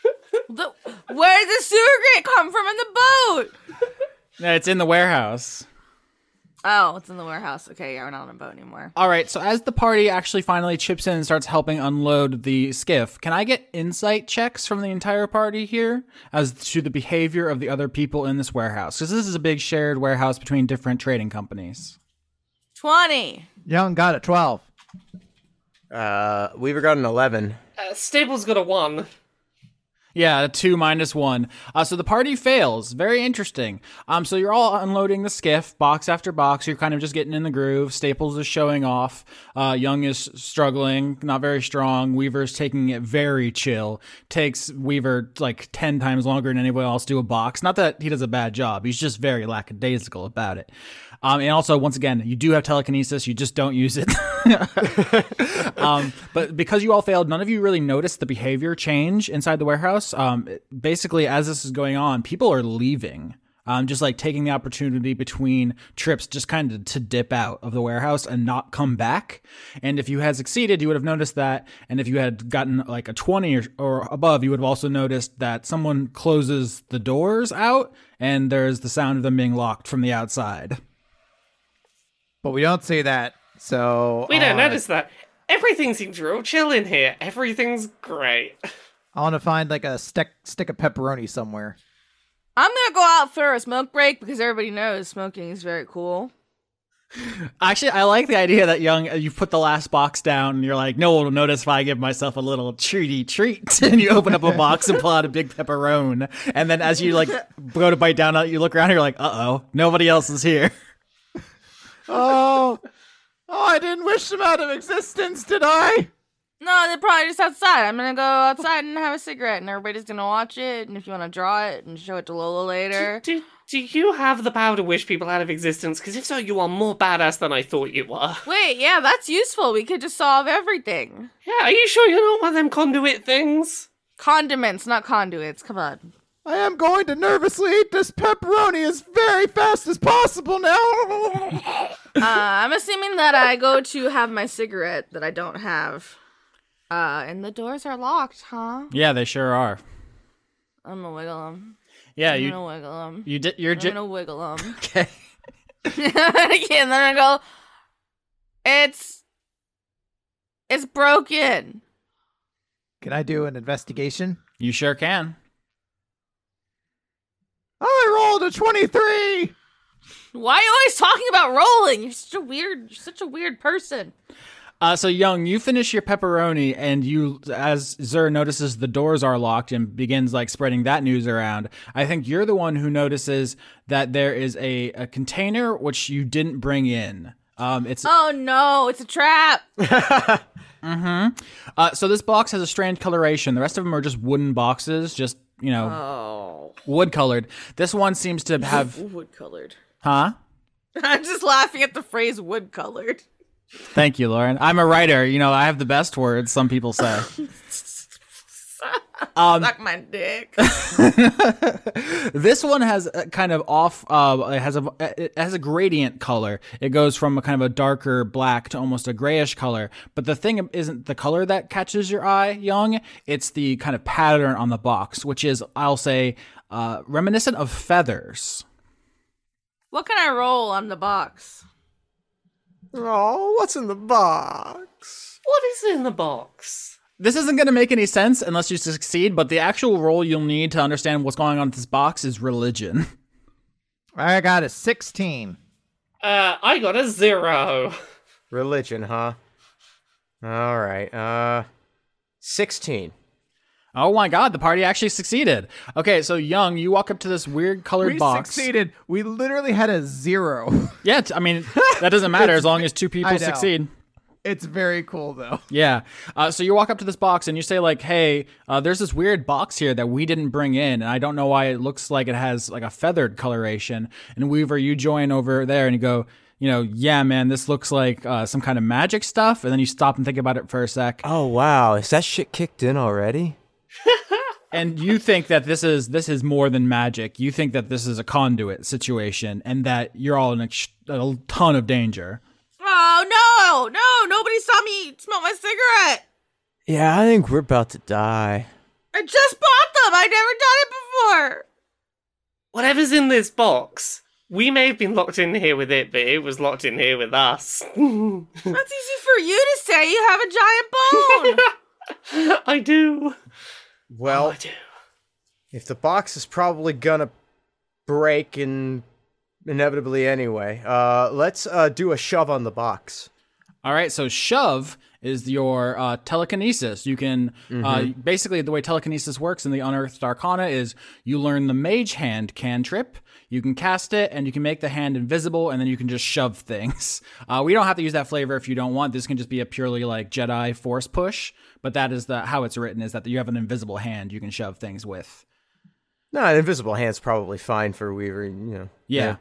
Speaker 4: The, where did the sewer grate come from in the boat?
Speaker 6: Yeah, it's in the warehouse.
Speaker 4: Oh, it's in the warehouse. Okay, yeah, we're not on a boat anymore.
Speaker 6: All right, so as the party actually finally chips in and starts helping unload the skiff, can I get insight checks from the entire party here as to the behavior of the other people in this warehouse? Because this is a big shared warehouse between different trading companies.
Speaker 4: Twenty.
Speaker 8: Young got a 12.
Speaker 5: Uh, Weaver got an eleven.
Speaker 7: Uh, Staples got a one.
Speaker 6: Yeah, a two minus one. Uh, so the party fails. Very interesting. Um, so you're all unloading the skiff, box after box. You're kind of just getting in the groove. Staples is showing off. Uh, Young is struggling, not very strong. Weaver's taking it very chill. Takes Weaver like ten times longer than anyone else to do a box. Not that he does a bad job. He's just very lackadaisical about it. Um, and also, once again, you do have telekinesis. You just don't use it. um, but because you all failed, none of you really noticed the behavior change inside the warehouse. Um, it- basically, as this is going on, people are leaving. Um, just like taking the opportunity between trips, just kind of to dip out of the warehouse and not come back. And if you had succeeded, you would have noticed that. And if you had gotten like a 20 or, or above, you would have also noticed that someone closes the doors out and there's the sound of them being locked from the outside.
Speaker 8: But we don't see that. So
Speaker 7: We don't
Speaker 8: uh,
Speaker 7: notice that. Everything seems real chill in here. Everything's great.
Speaker 8: I want to find like a stick stick of pepperoni somewhere.
Speaker 4: I'm gonna go out for a smoke break because everybody knows smoking is very cool.
Speaker 6: Actually, I like the idea that young uh, you put the last box down and you're like, no one will notice if I give myself a little treaty treat. and you open up a box and pull out a big pepperone. And then as you like go to bite down on it, you look around and you're like, uh oh, nobody else is here.
Speaker 8: Oh, oh! I didn't wish them out of existence, did I?
Speaker 4: No, they're probably just outside. I'm gonna go outside and have a cigarette, and everybody's gonna watch it. And if you wanna draw it and show it to Lola later,
Speaker 7: Do, do you have the power to wish people out of existence? Because if so, you are more badass than I thought you were.
Speaker 4: wait, yeah, that's useful. We could just solve everything.
Speaker 7: Yeah, are you sure you're not one of them conduit things?
Speaker 4: Condiments, not conduits. Come on.
Speaker 8: I am going to nervously eat this pepperoni as very fast as possible now.
Speaker 4: Uh, I'm assuming that I go to have my cigarette that I don't have. Uh, and the doors are locked, huh?
Speaker 6: Yeah, they sure are.
Speaker 4: I'm gonna wiggle them.
Speaker 6: Yeah,
Speaker 4: I'm
Speaker 6: you
Speaker 4: gonna wiggle them.
Speaker 6: you did you're
Speaker 4: I'm
Speaker 6: j-
Speaker 4: gonna wiggle them.
Speaker 6: okay.
Speaker 4: yeah, and then I go, it's, it's broken.
Speaker 8: Can I do an investigation?
Speaker 6: You sure can.
Speaker 8: I rolled a twenty-three.
Speaker 4: Why are you always talking about rolling? You're such a weird, you're such a weird person.
Speaker 6: Uh, so young, you finish your pepperoni, and you, as Zur notices the doors are locked and begins like spreading that news around. I think you're the one who notices that there is a, a container which you didn't bring in. Um, it's
Speaker 4: Oh no, it's a trap.
Speaker 6: uh, so this box has a strange coloration. The rest of them are just wooden boxes, just you know, wood colored. This one seems to have,
Speaker 4: Wood colored.
Speaker 6: huh?
Speaker 4: I'm just laughing at the phrase wood colored.
Speaker 6: Thank you, Lauren. I'm a writer. You know, I have the best words. Some people say. Um,
Speaker 4: Suck my dick.
Speaker 6: This one has a kind of off. Uh, it has a it has a gradient color. It goes from a kind of a darker black to almost a grayish color. But the thing isn't the color that catches your eye, Young. It's the kind of pattern on the box, which is I'll say uh, reminiscent of feathers.
Speaker 4: what can I roll on the box?
Speaker 5: Oh, what's in the box?
Speaker 7: What is in the box?
Speaker 6: This isn't going to make any sense unless you succeed. But the actual role you'll need to understand what's going on with this box is religion.
Speaker 8: I got a sixteen.
Speaker 7: Uh, I got a zero.
Speaker 5: Religion, huh? All right. Uh, sixteen.
Speaker 6: Oh my God! The party actually succeeded. Okay, so Young, you walk up to this weird colored
Speaker 8: we
Speaker 6: box.
Speaker 8: succeeded. We literally had a zero.
Speaker 6: Yeah, t- I mean that doesn't matter as long as two
Speaker 8: I
Speaker 6: people
Speaker 8: know.
Speaker 6: succeed.
Speaker 8: it's very cool though.
Speaker 6: Yeah. Uh, so you walk up to this box and you say like, "Hey, uh, there's this weird box here that we didn't bring in, and I don't know why it looks like it has like a feathered coloration." And Weaver, you join over there and you go, "You know, yeah, man, this looks like uh, some kind of magic stuff." And then you stop and think about it for a sec,
Speaker 5: Oh wow, is that shit kicked in already?
Speaker 6: and you think that this is this is more than magic. You think that this is a conduit situation, and that you're all in a, sh- a ton of danger.
Speaker 4: Oh no, no, nobody saw me smoke my cigarette.
Speaker 5: Yeah, I think we're about to die.
Speaker 4: I just bought them. I never done it before.
Speaker 7: Whatever's in this box, we may have been locked in here with it, but it was locked in here with us.
Speaker 4: That's easy for you to say. You have a giant bone.
Speaker 7: I do.
Speaker 5: Well,
Speaker 7: I do.
Speaker 5: if the box is probably gonna break in inevitably anyway, uh, let's uh do a shove on the box.
Speaker 6: All right, so shove is your uh, telekinesis. You can uh, basically the way telekinesis works in the Unearthed Arcana is you learn the Mage Hand cantrip. You can cast it, and you can make the hand invisible, and then you can just shove things. Uh, we don't have to use that flavor if you don't want. This can just be a purely like Jedi Force push, but that is the how it's written is that you have an invisible hand you can shove things with.
Speaker 5: No, an invisible hand's probably fine for Weaver. You know.
Speaker 6: Yeah.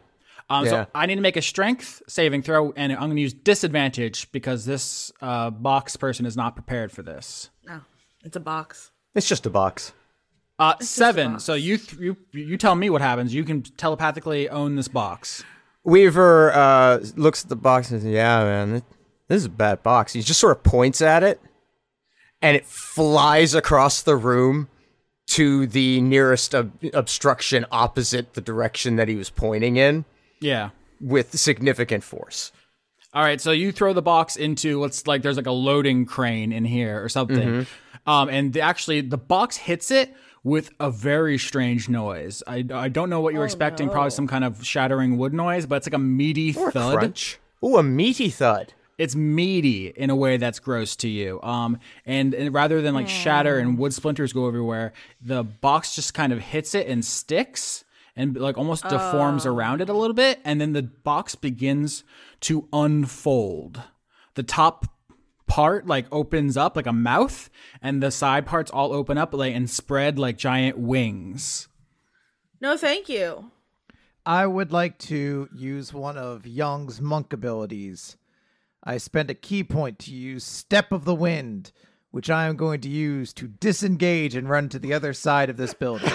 Speaker 6: Um,
Speaker 5: Yeah.
Speaker 6: So I need to make a strength saving throw, and I'm going to use disadvantage because this uh, box person is not prepared for this.
Speaker 4: No, it's a box.
Speaker 5: It's just a box.
Speaker 6: Uh, seven. So you, th- you you tell me what happens. You can telepathically own this box.
Speaker 5: Weaver uh, looks at the box and says, "Yeah, man, th- this is a bad box." He just sort of points at it, and it flies across the room to the nearest ob- obstruction opposite the direction that he was pointing in
Speaker 6: Yeah.
Speaker 5: with significant force.
Speaker 6: All right. So you throw the box into what's like there's like a loading crane in here or something,
Speaker 5: Mm-hmm.
Speaker 6: um, and the, actually the box hits it with a very strange noise. I, I don't know what you're expecting. Probably some kind of shattering wood noise, but it's like a meaty
Speaker 5: Or a
Speaker 6: thud.
Speaker 5: crunch. Ooh, a meaty thud.
Speaker 6: it's meaty in a way that's gross to you. Um, and, and rather than like shatter and wood splinters go everywhere, the box just kind of hits it and sticks and like almost deforms around it a little bit. And then the box begins to unfold. The top part like opens up like a mouth, and the side parts all open up like and spread like giant wings.
Speaker 4: No, thank you.
Speaker 8: I would like to use one of Young's monk abilities. I spend a key point to use Step of the Wind, which I am going to use to disengage and run to the other side of this building.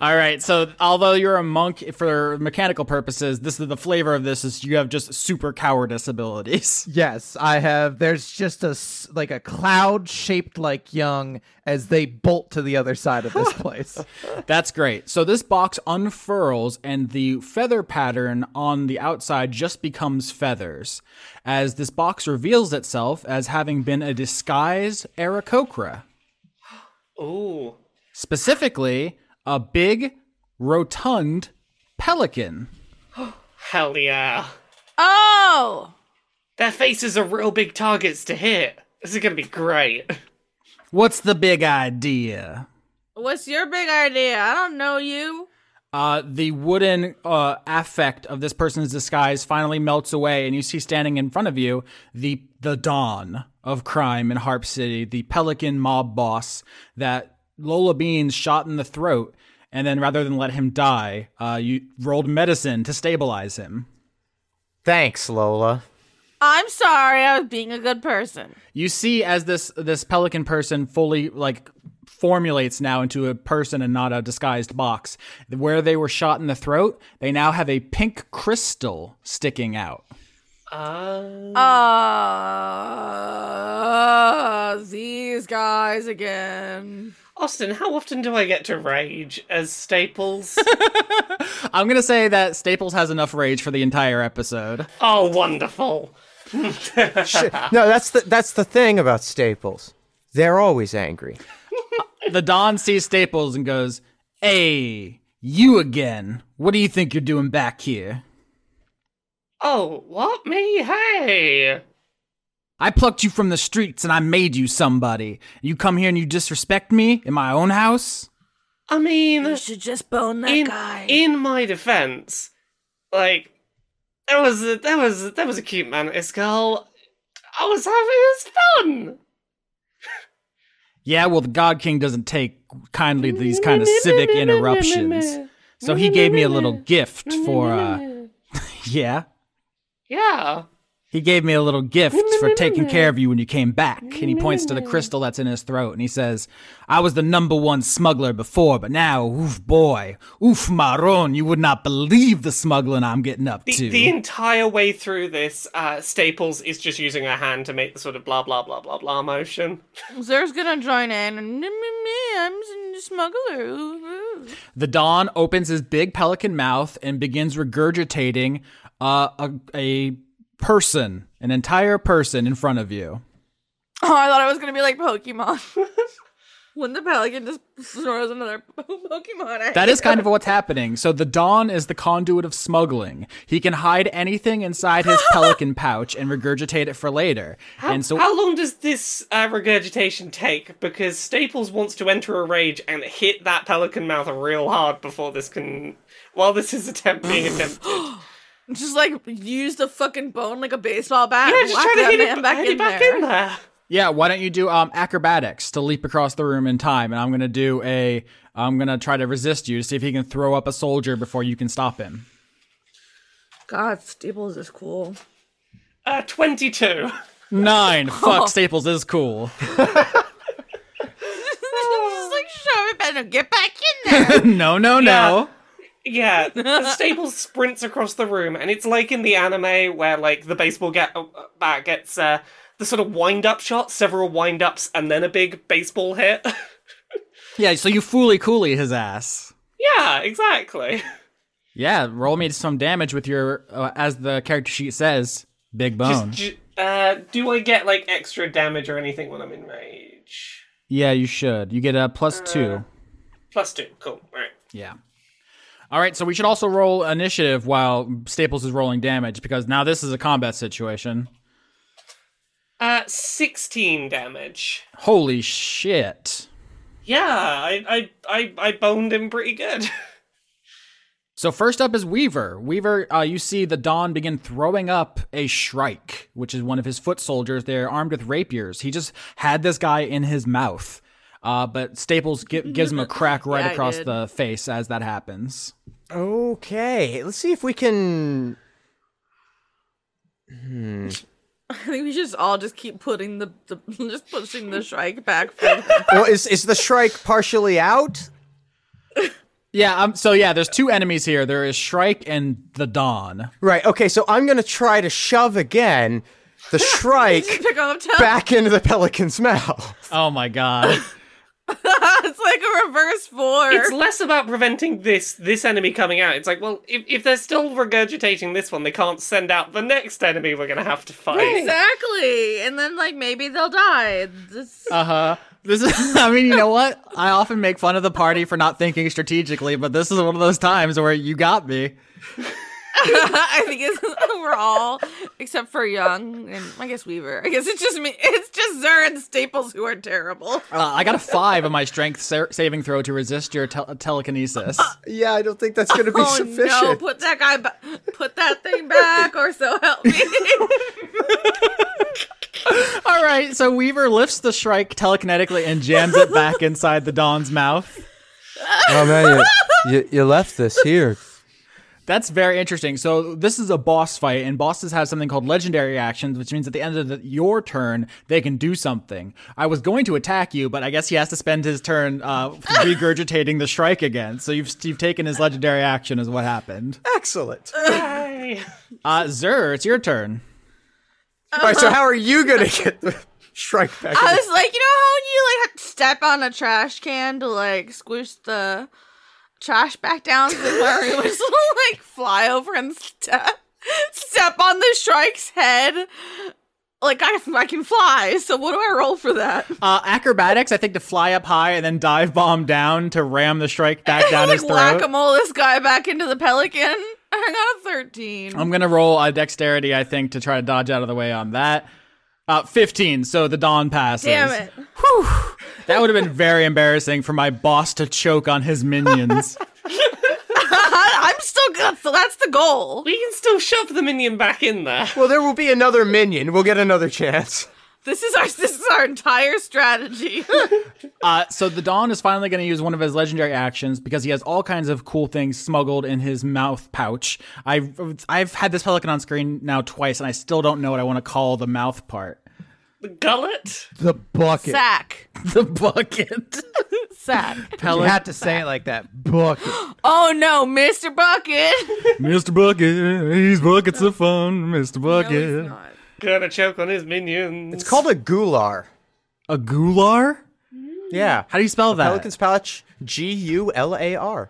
Speaker 6: All right. So, although you're a monk for mechanical purposes, this is the flavor of this is you have just super cowardice abilities.
Speaker 8: yes, I have. There's just a s- like a cloud shaped like Young as they bolt to the other side of this place.
Speaker 6: That's great. So this box unfurls and the feather pattern on the outside just becomes feathers as this box reveals itself as having been a disguised Aarakocra.
Speaker 7: Ooh.
Speaker 6: Specifically, a big, rotund pelican.
Speaker 7: Hell yeah.
Speaker 4: Oh,
Speaker 7: Their faces are real big targets to hit. This is gonna be great.
Speaker 6: What's the big idea?
Speaker 4: what's your big idea? I don't know you.
Speaker 6: Uh, the wooden uh, affect of this person's disguise finally melts away, and you see standing in front of you the the dawn of crime in Harp City, the Pelican mob boss that Lola Beans shot in the throat, and then rather than let him die, uh, you rolled medicine to stabilize him.
Speaker 5: Thanks, Lola.
Speaker 4: I'm sorry. I was being a good person.
Speaker 6: You see as this this Pelican person fully like formulates now into a person and not a disguised box. Where they were shot in the throat, they now have a pink crystal sticking out.
Speaker 4: Mm.
Speaker 7: Uh,
Speaker 4: Uh, these guys again.
Speaker 7: Austin, how often do I get to rage as Staples?
Speaker 6: I'm gonna say that Staples has enough rage for the entire episode.
Speaker 7: oh, wonderful.
Speaker 5: Shit. no, that's the that's the thing about Staples. They're always angry.
Speaker 6: The Don sees Staples and goes, "Hey, you again? What do you think you're doing back here?
Speaker 7: Oh, what me? Hey.
Speaker 6: I plucked you from the streets and I made you somebody. You come here and you disrespect me in my own house?
Speaker 7: I mean,
Speaker 4: You should just bone that
Speaker 7: in
Speaker 4: guy.
Speaker 7: in my defense, like there was a, there was a, there was a cute man at his girl. I was having his fun.
Speaker 6: Yeah, well, the God King doesn't take kindly to these kind of civic interruptions, so he gave me a little gift for uh, yeah."
Speaker 7: Yeah.
Speaker 6: He gave me a little gift for taking care of you when you came back. And he points to the crystal that's in his throat and he says, I was the number one smuggler before, but now, oof boy, oof maron, you would not believe the smuggling I'm getting up
Speaker 7: The,
Speaker 6: to.
Speaker 7: the entire way through this, uh, Staples is just using her hand to make the sort of blah blah blah blah blah motion.
Speaker 4: Zer's gonna join in. and "Me, me, me, I'm a smuggler. Ooh, ooh."
Speaker 6: The Don opens his big pelican mouth and begins regurgitating uh, a, a person, an entire person in front of you.
Speaker 4: Oh, I thought I was gonna be like Pokemon. When the pelican just snores another Pokemon. at
Speaker 6: That
Speaker 4: you.
Speaker 6: is kind of what's happening. So the Don is the conduit of smuggling. He can hide anything inside his pelican pouch and regurgitate it for later.
Speaker 7: How,
Speaker 6: and so
Speaker 7: how long does this uh, regurgitation take? Because Staples wants to enter a rage and hit that pelican mouth real hard before this can. While this is attempt being attempted, yeah,
Speaker 4: just like use the fucking bone like a baseball bat. and
Speaker 7: just
Speaker 4: whack
Speaker 7: trying to hit
Speaker 4: that man
Speaker 7: it
Speaker 4: back,
Speaker 7: hit
Speaker 4: in,
Speaker 7: it back
Speaker 4: there.
Speaker 7: in there.
Speaker 6: yeah, why don't you do um acrobatics to leap across the room in time? And I'm gonna do a I'm gonna try to resist you to see if he can throw up a soldier before you can stop him.
Speaker 4: God, Staples is cool.
Speaker 7: Uh, Twenty-two.
Speaker 6: Nine.
Speaker 7: Oh.
Speaker 6: Fuck Staples is cool.
Speaker 4: just like shove it back and get back in there.
Speaker 6: no, no, no.
Speaker 7: Yeah, Staples sprints across the room, and it's like in the anime where like the baseball get, uh, bat gets uh, the sort of wind up shot, several wind ups, and then a big baseball hit.
Speaker 6: Yeah, so you fully coolly his ass.
Speaker 7: yeah, exactly.
Speaker 6: Yeah, roll me some damage with your uh, as the character sheet says, big
Speaker 7: Just,
Speaker 6: bone.
Speaker 7: ju- uh, do I get like extra damage or anything when I'm in rage?
Speaker 6: yeah, you should. You get a plus
Speaker 7: Uh,
Speaker 6: 2.
Speaker 7: Plus two. Cool. All right.
Speaker 6: Yeah. All right, so we should also roll initiative while Staples is rolling damage because now this is a combat situation.
Speaker 7: Uh, sixteen damage.
Speaker 6: Holy shit.
Speaker 7: Yeah, I I I, I boned him pretty good.
Speaker 6: So first up is Weaver. Weaver, uh, you see the Don begin throwing up a Shrike, which is one of his foot soldiers. They're armed with rapiers. He just had this guy in his mouth. Uh, but Staples gi- gives him a crack right
Speaker 4: Yeah, I
Speaker 6: across
Speaker 4: did.
Speaker 6: the face as that happens.
Speaker 5: Okay, let's see if we can.
Speaker 4: I think we should just all just keep putting the, the just pushing the shrike back. For
Speaker 5: Well, is is the Shrike partially out?
Speaker 6: Yeah, um, so yeah, there's two enemies here. There is Shrike and the Don.
Speaker 5: Right. Okay, so I'm gonna try to shove again the Shrike
Speaker 4: pick up tell
Speaker 5: back into the pelican's mouth.
Speaker 6: Oh my god.
Speaker 4: it's like a reverse four.
Speaker 7: It's less about preventing this this enemy coming out. It's like, well, if, if they're still regurgitating this one, they can't send out the next enemy we're gonna have to fight.
Speaker 4: exactly, and then like maybe they'll die. This-
Speaker 6: Uh huh. This is. I mean, you know what? I often make fun of the party for not thinking strategically, but this is one of those times where you got me.
Speaker 4: I think it's we're all except for Young and I guess Weaver. I guess it's just me. It's just Zur and Staples who are terrible.
Speaker 6: Uh, I got a five on my strength sa- saving throw to resist your tel- telekinesis.
Speaker 5: Yeah, I don't think that's gonna be
Speaker 4: oh
Speaker 5: sufficient.
Speaker 4: no! Put that guy, ba- put that thing back, or so help me.
Speaker 6: All right, so Weaver lifts the Shrike telekinetically and jams it back inside the Don's mouth.
Speaker 5: Oh man, you, you, you left this here.
Speaker 6: That's very interesting. So this is a boss fight, and bosses have something called legendary actions, which means at the end of the, your turn, they can do something. I was going to attack you, but I guess he has to spend his turn uh, regurgitating the strike again. So you've you've taken his legendary action, is what happened.
Speaker 5: Excellent.
Speaker 7: Yay.
Speaker 6: Uh, Zer, it's your turn.
Speaker 5: All right, so how are you gonna get the Shrike back?
Speaker 4: I
Speaker 5: in
Speaker 4: was like, you know how when you like have to step on a trash can to like squish the trash back down so the worry was like fly over and step step on the shrike's head. Like I, I can fly, so what do I roll for that?
Speaker 6: Uh, acrobatics, I think, to fly up high and then dive bomb down to ram the strike back down
Speaker 4: like
Speaker 6: his
Speaker 4: whack a
Speaker 6: throat.
Speaker 4: mole this guy back into the pelican. I got a thirteen.
Speaker 6: I'm gonna roll a dexterity, I think, to try to dodge out of the way on that. Uh, 15. So the Don passes.
Speaker 4: Damn it!
Speaker 6: That would have been very embarrassing for my boss to choke on his minions.
Speaker 4: I'm still good. So that's the goal.
Speaker 7: We can still shove the minion back in there.
Speaker 5: Well, there will be another minion. We'll get another chance.
Speaker 4: This is our this is our entire strategy.
Speaker 6: uh, so the Don is finally going to use one of his legendary actions because he has all kinds of cool things smuggled in his mouth pouch. I've I've had this pelican on screen now twice, and I still don't know what I want to call the mouth part.
Speaker 7: The gullet.
Speaker 8: The bucket.
Speaker 4: Sack,
Speaker 6: The bucket.
Speaker 4: sack.
Speaker 8: You had to say it like that. Bucket.
Speaker 4: Oh no, Mr. Bucket.
Speaker 6: Mr. Bucket, he's buckets of fun, Mr. Bucket.
Speaker 7: Gonna choke on his minions.
Speaker 5: It's called a gular.
Speaker 6: a gular?
Speaker 5: Yeah.
Speaker 6: How do you spell that?
Speaker 5: Pelican's pouch. G U L A R.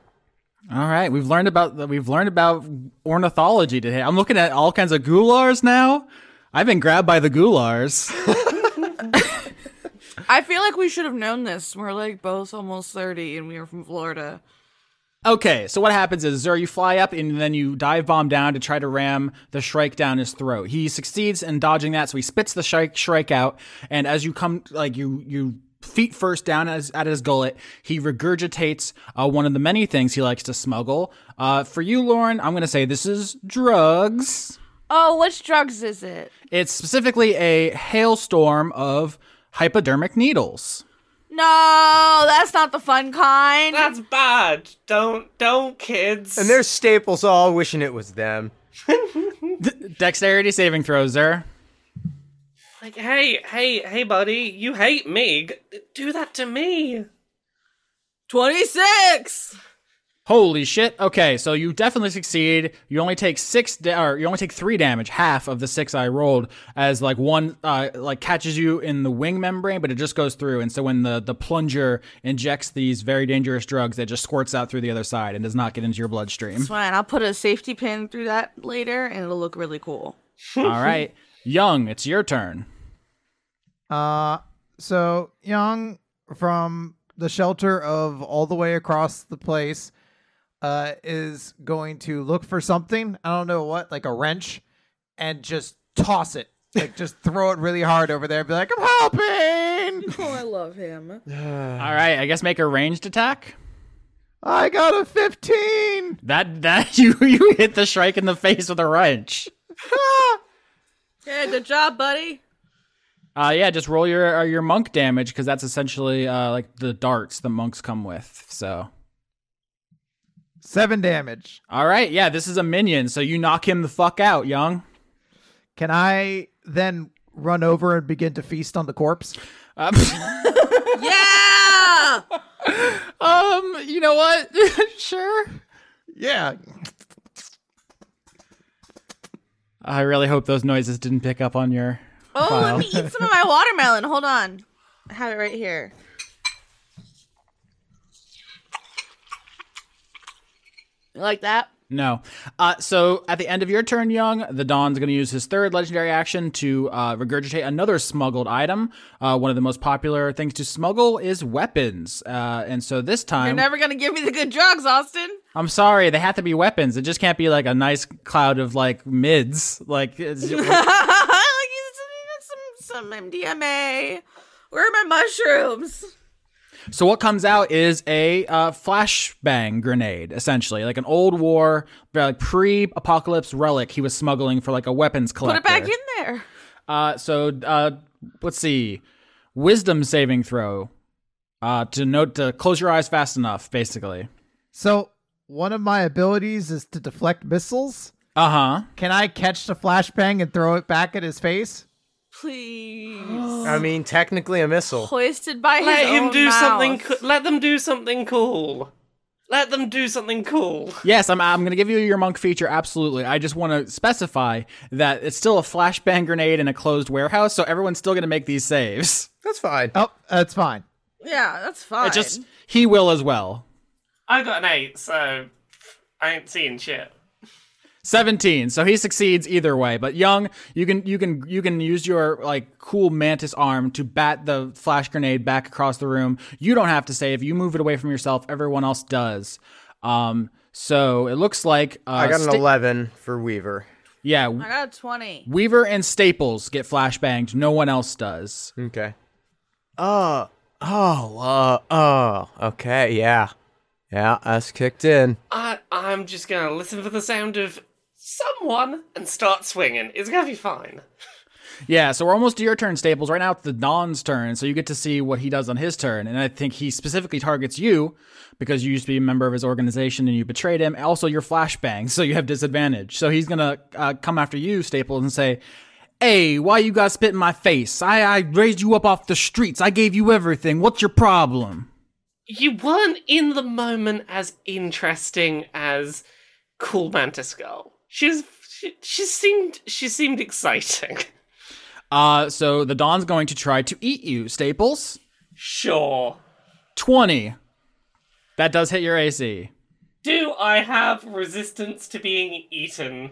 Speaker 6: All right, we've learned about the, we've learned about ornithology today. I'm looking at all kinds of gulars now. I've been grabbed by the gulars.
Speaker 4: I feel like we should have known this. We're like both almost 30 and we are from Florida.
Speaker 6: Okay, so what happens is, Zur, you fly up and then you dive bomb down to try to ram the Shrike down his throat. He succeeds in dodging that, so he spits the Shrike, Shrike out. And as you come, like you you feet first down as, at his gullet, he regurgitates uh, one of the many things he likes to smuggle. Uh, for you, Lauren, I'm gonna say this is drugs.
Speaker 4: Oh, which drugs is it?
Speaker 6: It's specifically a hailstorm of hypodermic needles.
Speaker 4: No, that's not the fun kind.
Speaker 7: That's bad. Don't, don't, kids.
Speaker 5: And there's staples all wishing it was them.
Speaker 6: Dexterity saving throws, Zur.
Speaker 7: like, hey, hey, hey, buddy, you hate me. G- Do that to me.
Speaker 4: 26.
Speaker 6: Holy shit! Okay, so you definitely succeed. You only take six, da- or you only take three damage, half of the six I rolled, as like one uh, like catches you in the wing membrane, but it just goes through. And so when the the plunger injects these very dangerous drugs, it just squirts out through the other side and does not get into your bloodstream.
Speaker 4: It's fine. I'll put a safety pin through that later and it'll look really cool.
Speaker 6: All right, Young, it's your turn.
Speaker 8: Uh, so Young from the shelter of all the way across the place uh, is going to look for something. I don't know what, like a wrench, and just toss it. Like just throw it really hard over there. And be like, I'm helping.
Speaker 4: Oh, I love him.
Speaker 6: All right, I guess make a ranged attack.
Speaker 8: I got a 15.
Speaker 6: That that you you hit the shrike in the face with a wrench.
Speaker 8: Ah!
Speaker 4: Yeah, good job, buddy.
Speaker 6: Uh, yeah, just roll your uh, your monk damage because that's essentially uh, like the darts the monks come with. So,
Speaker 8: Seven damage.
Speaker 6: all right, yeah, this is a minion, so you knock him the fuck out, young.
Speaker 8: Can I then run over and begin to feast on the corpse?
Speaker 6: Uh,
Speaker 4: Yeah.
Speaker 6: um, you know what? sure.
Speaker 8: Yeah.
Speaker 6: I really hope those noises didn't pick up on your.
Speaker 4: Oh, let me eat some of my watermelon. Hold on. I have it right here. You like that?
Speaker 6: No. Uh, so at the end of your turn, Young, the Don's going to use his third legendary action to uh, regurgitate another smuggled item. Uh, one of the most popular things to smuggle is weapons, uh, and so this time
Speaker 4: You're never going to give me the good drugs, Austin.
Speaker 6: I'm sorry, they have to be weapons. It just can't be like a nice cloud of like mids. Like it's,
Speaker 4: like some, some, some MDMA. Where are my mushrooms?
Speaker 6: so what comes out is a uh, flashbang grenade, essentially, like an old war, like pre-apocalypse relic he was smuggling for like a weapons
Speaker 4: Put
Speaker 6: collector.
Speaker 4: it back in there.
Speaker 6: Uh, so uh, let's see, wisdom saving throw. Uh, to note to close your eyes fast enough, basically.
Speaker 8: So one of my abilities is to deflect missiles.
Speaker 6: Uh huh.
Speaker 8: Can I catch the flashbang and throw it back at his face?
Speaker 4: Please.
Speaker 5: I mean, technically a missile.
Speaker 4: Hoisted by his
Speaker 7: Let him
Speaker 4: own
Speaker 7: do
Speaker 4: mouth.
Speaker 7: something. Co- let them do something cool. Let them do something cool.
Speaker 6: Yes, I'm, I'm going to give you your monk feature, absolutely. I just want to specify that it's still a flashbang grenade in a closed warehouse, so everyone's still going to make these saves.
Speaker 5: That's fine.
Speaker 8: Oh, that's fine.
Speaker 4: Yeah, that's fine.
Speaker 6: It just, he will as well.
Speaker 7: I got an eight, so I ain't seeing shit.
Speaker 6: 17 so he succeeds either way but young you can you can you can use your like cool mantis arm to bat the flash grenade back across the room you don't have to save you move it away from yourself everyone else does um so it looks like uh,
Speaker 5: I got an
Speaker 6: Sta-
Speaker 5: 11 for Weaver.
Speaker 6: yeah
Speaker 4: I got a 20.
Speaker 6: weaver and staples get flashbanged no one else does
Speaker 5: Okay. Oh, oh, uh, oh. Okay, yeah. Yeah, us kicked in.
Speaker 7: I, I'm just gonna listen for the sound of someone and start swinging. It's gonna be fine.
Speaker 6: Yeah, so we're almost to your turn, Staples. Right now it's the Don's turn, so you get to see what he does on his turn. And I think he specifically targets you because you used to be a member of his organization and you betrayed him. Also, your flashbang, so you have disadvantage. So he's gonna uh, come after you, Staples, and say, "Hey, why you got spit in my face? I I raised you up off the streets. I gave you everything. What's your problem?"
Speaker 7: You weren't in the moment as interesting as Cool Mantis Girl. She's she, she seemed she seemed exciting.
Speaker 6: Uh, so the Don's going to try to eat you, Staples.
Speaker 7: Sure.
Speaker 6: Twenty. That does hit your AC.
Speaker 7: Do I have resistance to being eaten?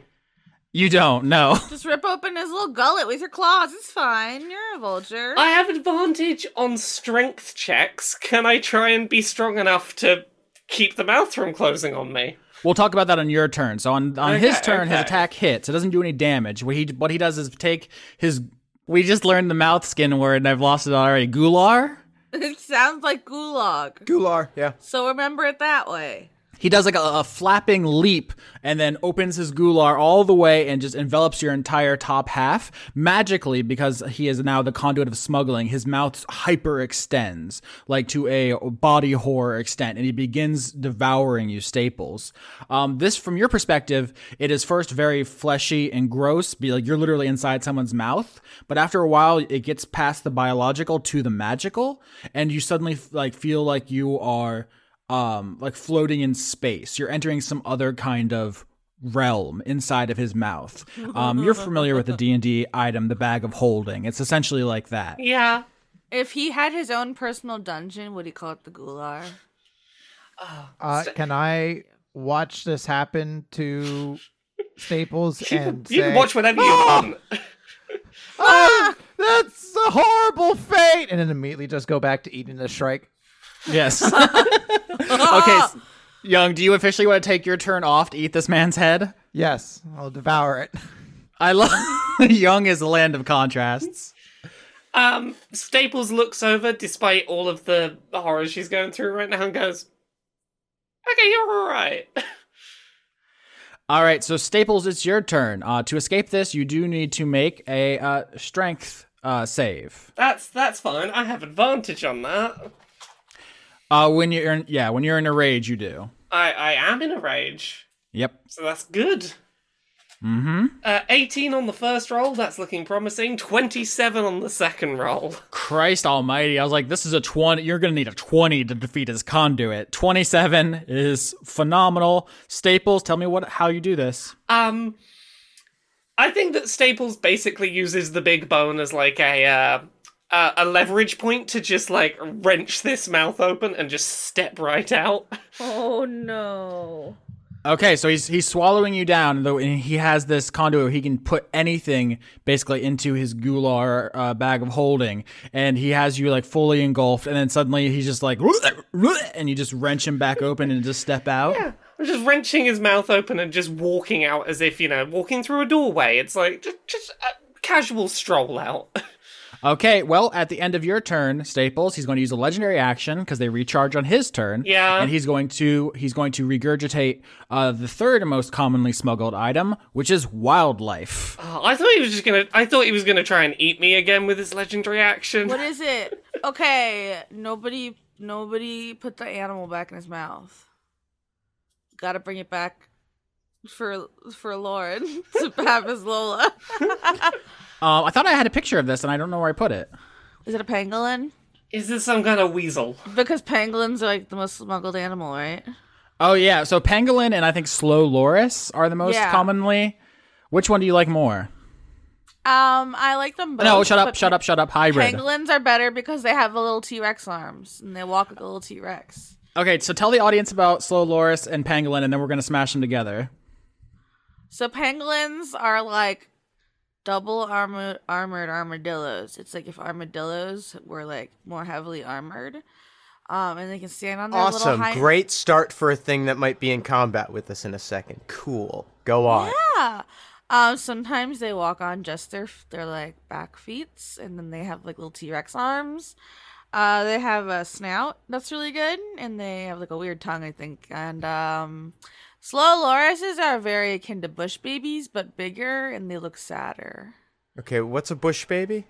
Speaker 6: You don't. No.
Speaker 4: Just rip open his little gullet with your claws. It's fine. You're a vulture.
Speaker 7: I have advantage on strength checks. Can I try and be strong enough to keep the mouth from closing on me?
Speaker 6: We'll talk about that on your turn. So on, on his
Speaker 7: Okay,
Speaker 6: turn, his
Speaker 7: okay.
Speaker 6: attack hits. It doesn't do any damage. What he what he does is take his. We just learned the mouth skin word, and I've lost it already. Gular.
Speaker 4: it sounds like gulag.
Speaker 5: Gular, yeah.
Speaker 4: So remember it that way.
Speaker 6: He does like a, a flapping leap and then opens his gular all the way and just envelops your entire top half. Magically, because he is now the conduit of smuggling, his mouth hyper extends, like to a body horror extent, and he begins devouring you staples. Um, this, from your perspective, it is first very fleshy and gross, be like you're literally inside someone's mouth. But after a while, it gets past the biological to the magical, and you suddenly like feel like you are um like floating in space you're entering some other kind of realm inside of his mouth um you're familiar with the d&d item the bag of holding it's essentially like that
Speaker 7: Yeah.
Speaker 4: If he had his own personal dungeon, would he call it the gular?
Speaker 8: Uh, can I watch this happen to Staples
Speaker 7: You,
Speaker 8: and
Speaker 7: you
Speaker 8: say,
Speaker 7: can watch whatever you want.
Speaker 8: "Oh, that's a horrible fate," and then immediately just go back to eating the shrike?
Speaker 6: yes okay s- young do you officially want to take your turn off to eat this man's head
Speaker 8: Yes, I'll devour it.
Speaker 6: i love young is the land of contrasts
Speaker 7: Um, Staples looks over, despite all of the horror she's going through right now, and goes, "Okay, you're all right."
Speaker 6: all right so staples it's your turn uh to escape this you do need to make a uh strength uh save
Speaker 7: That's that's fine. I have advantage on that.
Speaker 6: Uh, when you're in, yeah, when you're in a rage, you do.
Speaker 7: I I am in a rage,
Speaker 6: Yep.
Speaker 7: so that's good.
Speaker 6: Mm-hmm.
Speaker 7: Uh, 18 on the first roll, that's looking promising. 27 on the second roll.
Speaker 6: Christ Almighty! I was like, this is a twenty. You're gonna need a twenty to defeat his conduit. Twenty-seven is phenomenal. Staples, tell me what how you do this.
Speaker 7: Um, I think that Staples basically uses the big bone as like a uh, a, a leverage point to just like wrench this mouth open and just step right out.
Speaker 4: Oh no.
Speaker 6: Okay, so he's he's swallowing you down, though, and he has this conduit where he can put anything basically into his gular uh, bag of holding, and he has you like fully engulfed, and then suddenly he's just like, and you just wrench him back open and just step out.
Speaker 7: I'm just wrenching his mouth open and just walking out as if you know walking through a doorway. It's like just just a casual stroll out.
Speaker 6: Okay, well, at the end of your turn, Staples, he's going to use a legendary action because they recharge on his turn.
Speaker 7: Yeah.
Speaker 6: and he's going to he's going to regurgitate uh, the third most commonly smuggled item, which is wildlife.
Speaker 7: Oh, I thought he was just gonna. I thought he was gonna try and eat me again with his legendary action.
Speaker 4: What is it? Okay, nobody nobody put the animal back in his mouth. Got to bring it back for for Lauren to have his Lola.
Speaker 6: Um, I thought I had a picture of this, and I don't know where I put it.
Speaker 4: Is it a pangolin?
Speaker 7: Is this some kind of weasel?
Speaker 4: Because pangolins are like the most smuggled animal, right?
Speaker 6: Oh yeah, so pangolin and I think slow loris are the most
Speaker 4: Yeah.
Speaker 6: commonly. Which one do you like more?
Speaker 4: Um, I like them both.
Speaker 6: no, shut up,
Speaker 4: but
Speaker 6: shut up, shut up. Hybrid.
Speaker 4: Pangolins are better because they have the little T Rex arms and they walk like a little T Rex.
Speaker 6: Okay, so tell the audience about slow loris and pangolin, and then we're gonna smash them together.
Speaker 4: So pangolins are like double armored armored armadillos. It's like if armadillos were like more heavily armored, um, and they can stand on their little
Speaker 5: Awesome.
Speaker 4: hind.
Speaker 5: Great start for a thing that might be in combat with us in a second. Cool. Go on.
Speaker 4: Yeah. Um, sometimes they walk on just their their like back feet, and then they have like little T Rex arms. Uh, they have a snout that's really good, and they have like a weird tongue, I think. And um, slow lorises are very akin to bush babies, but bigger, and they look sadder.
Speaker 5: Okay, what's a bush baby?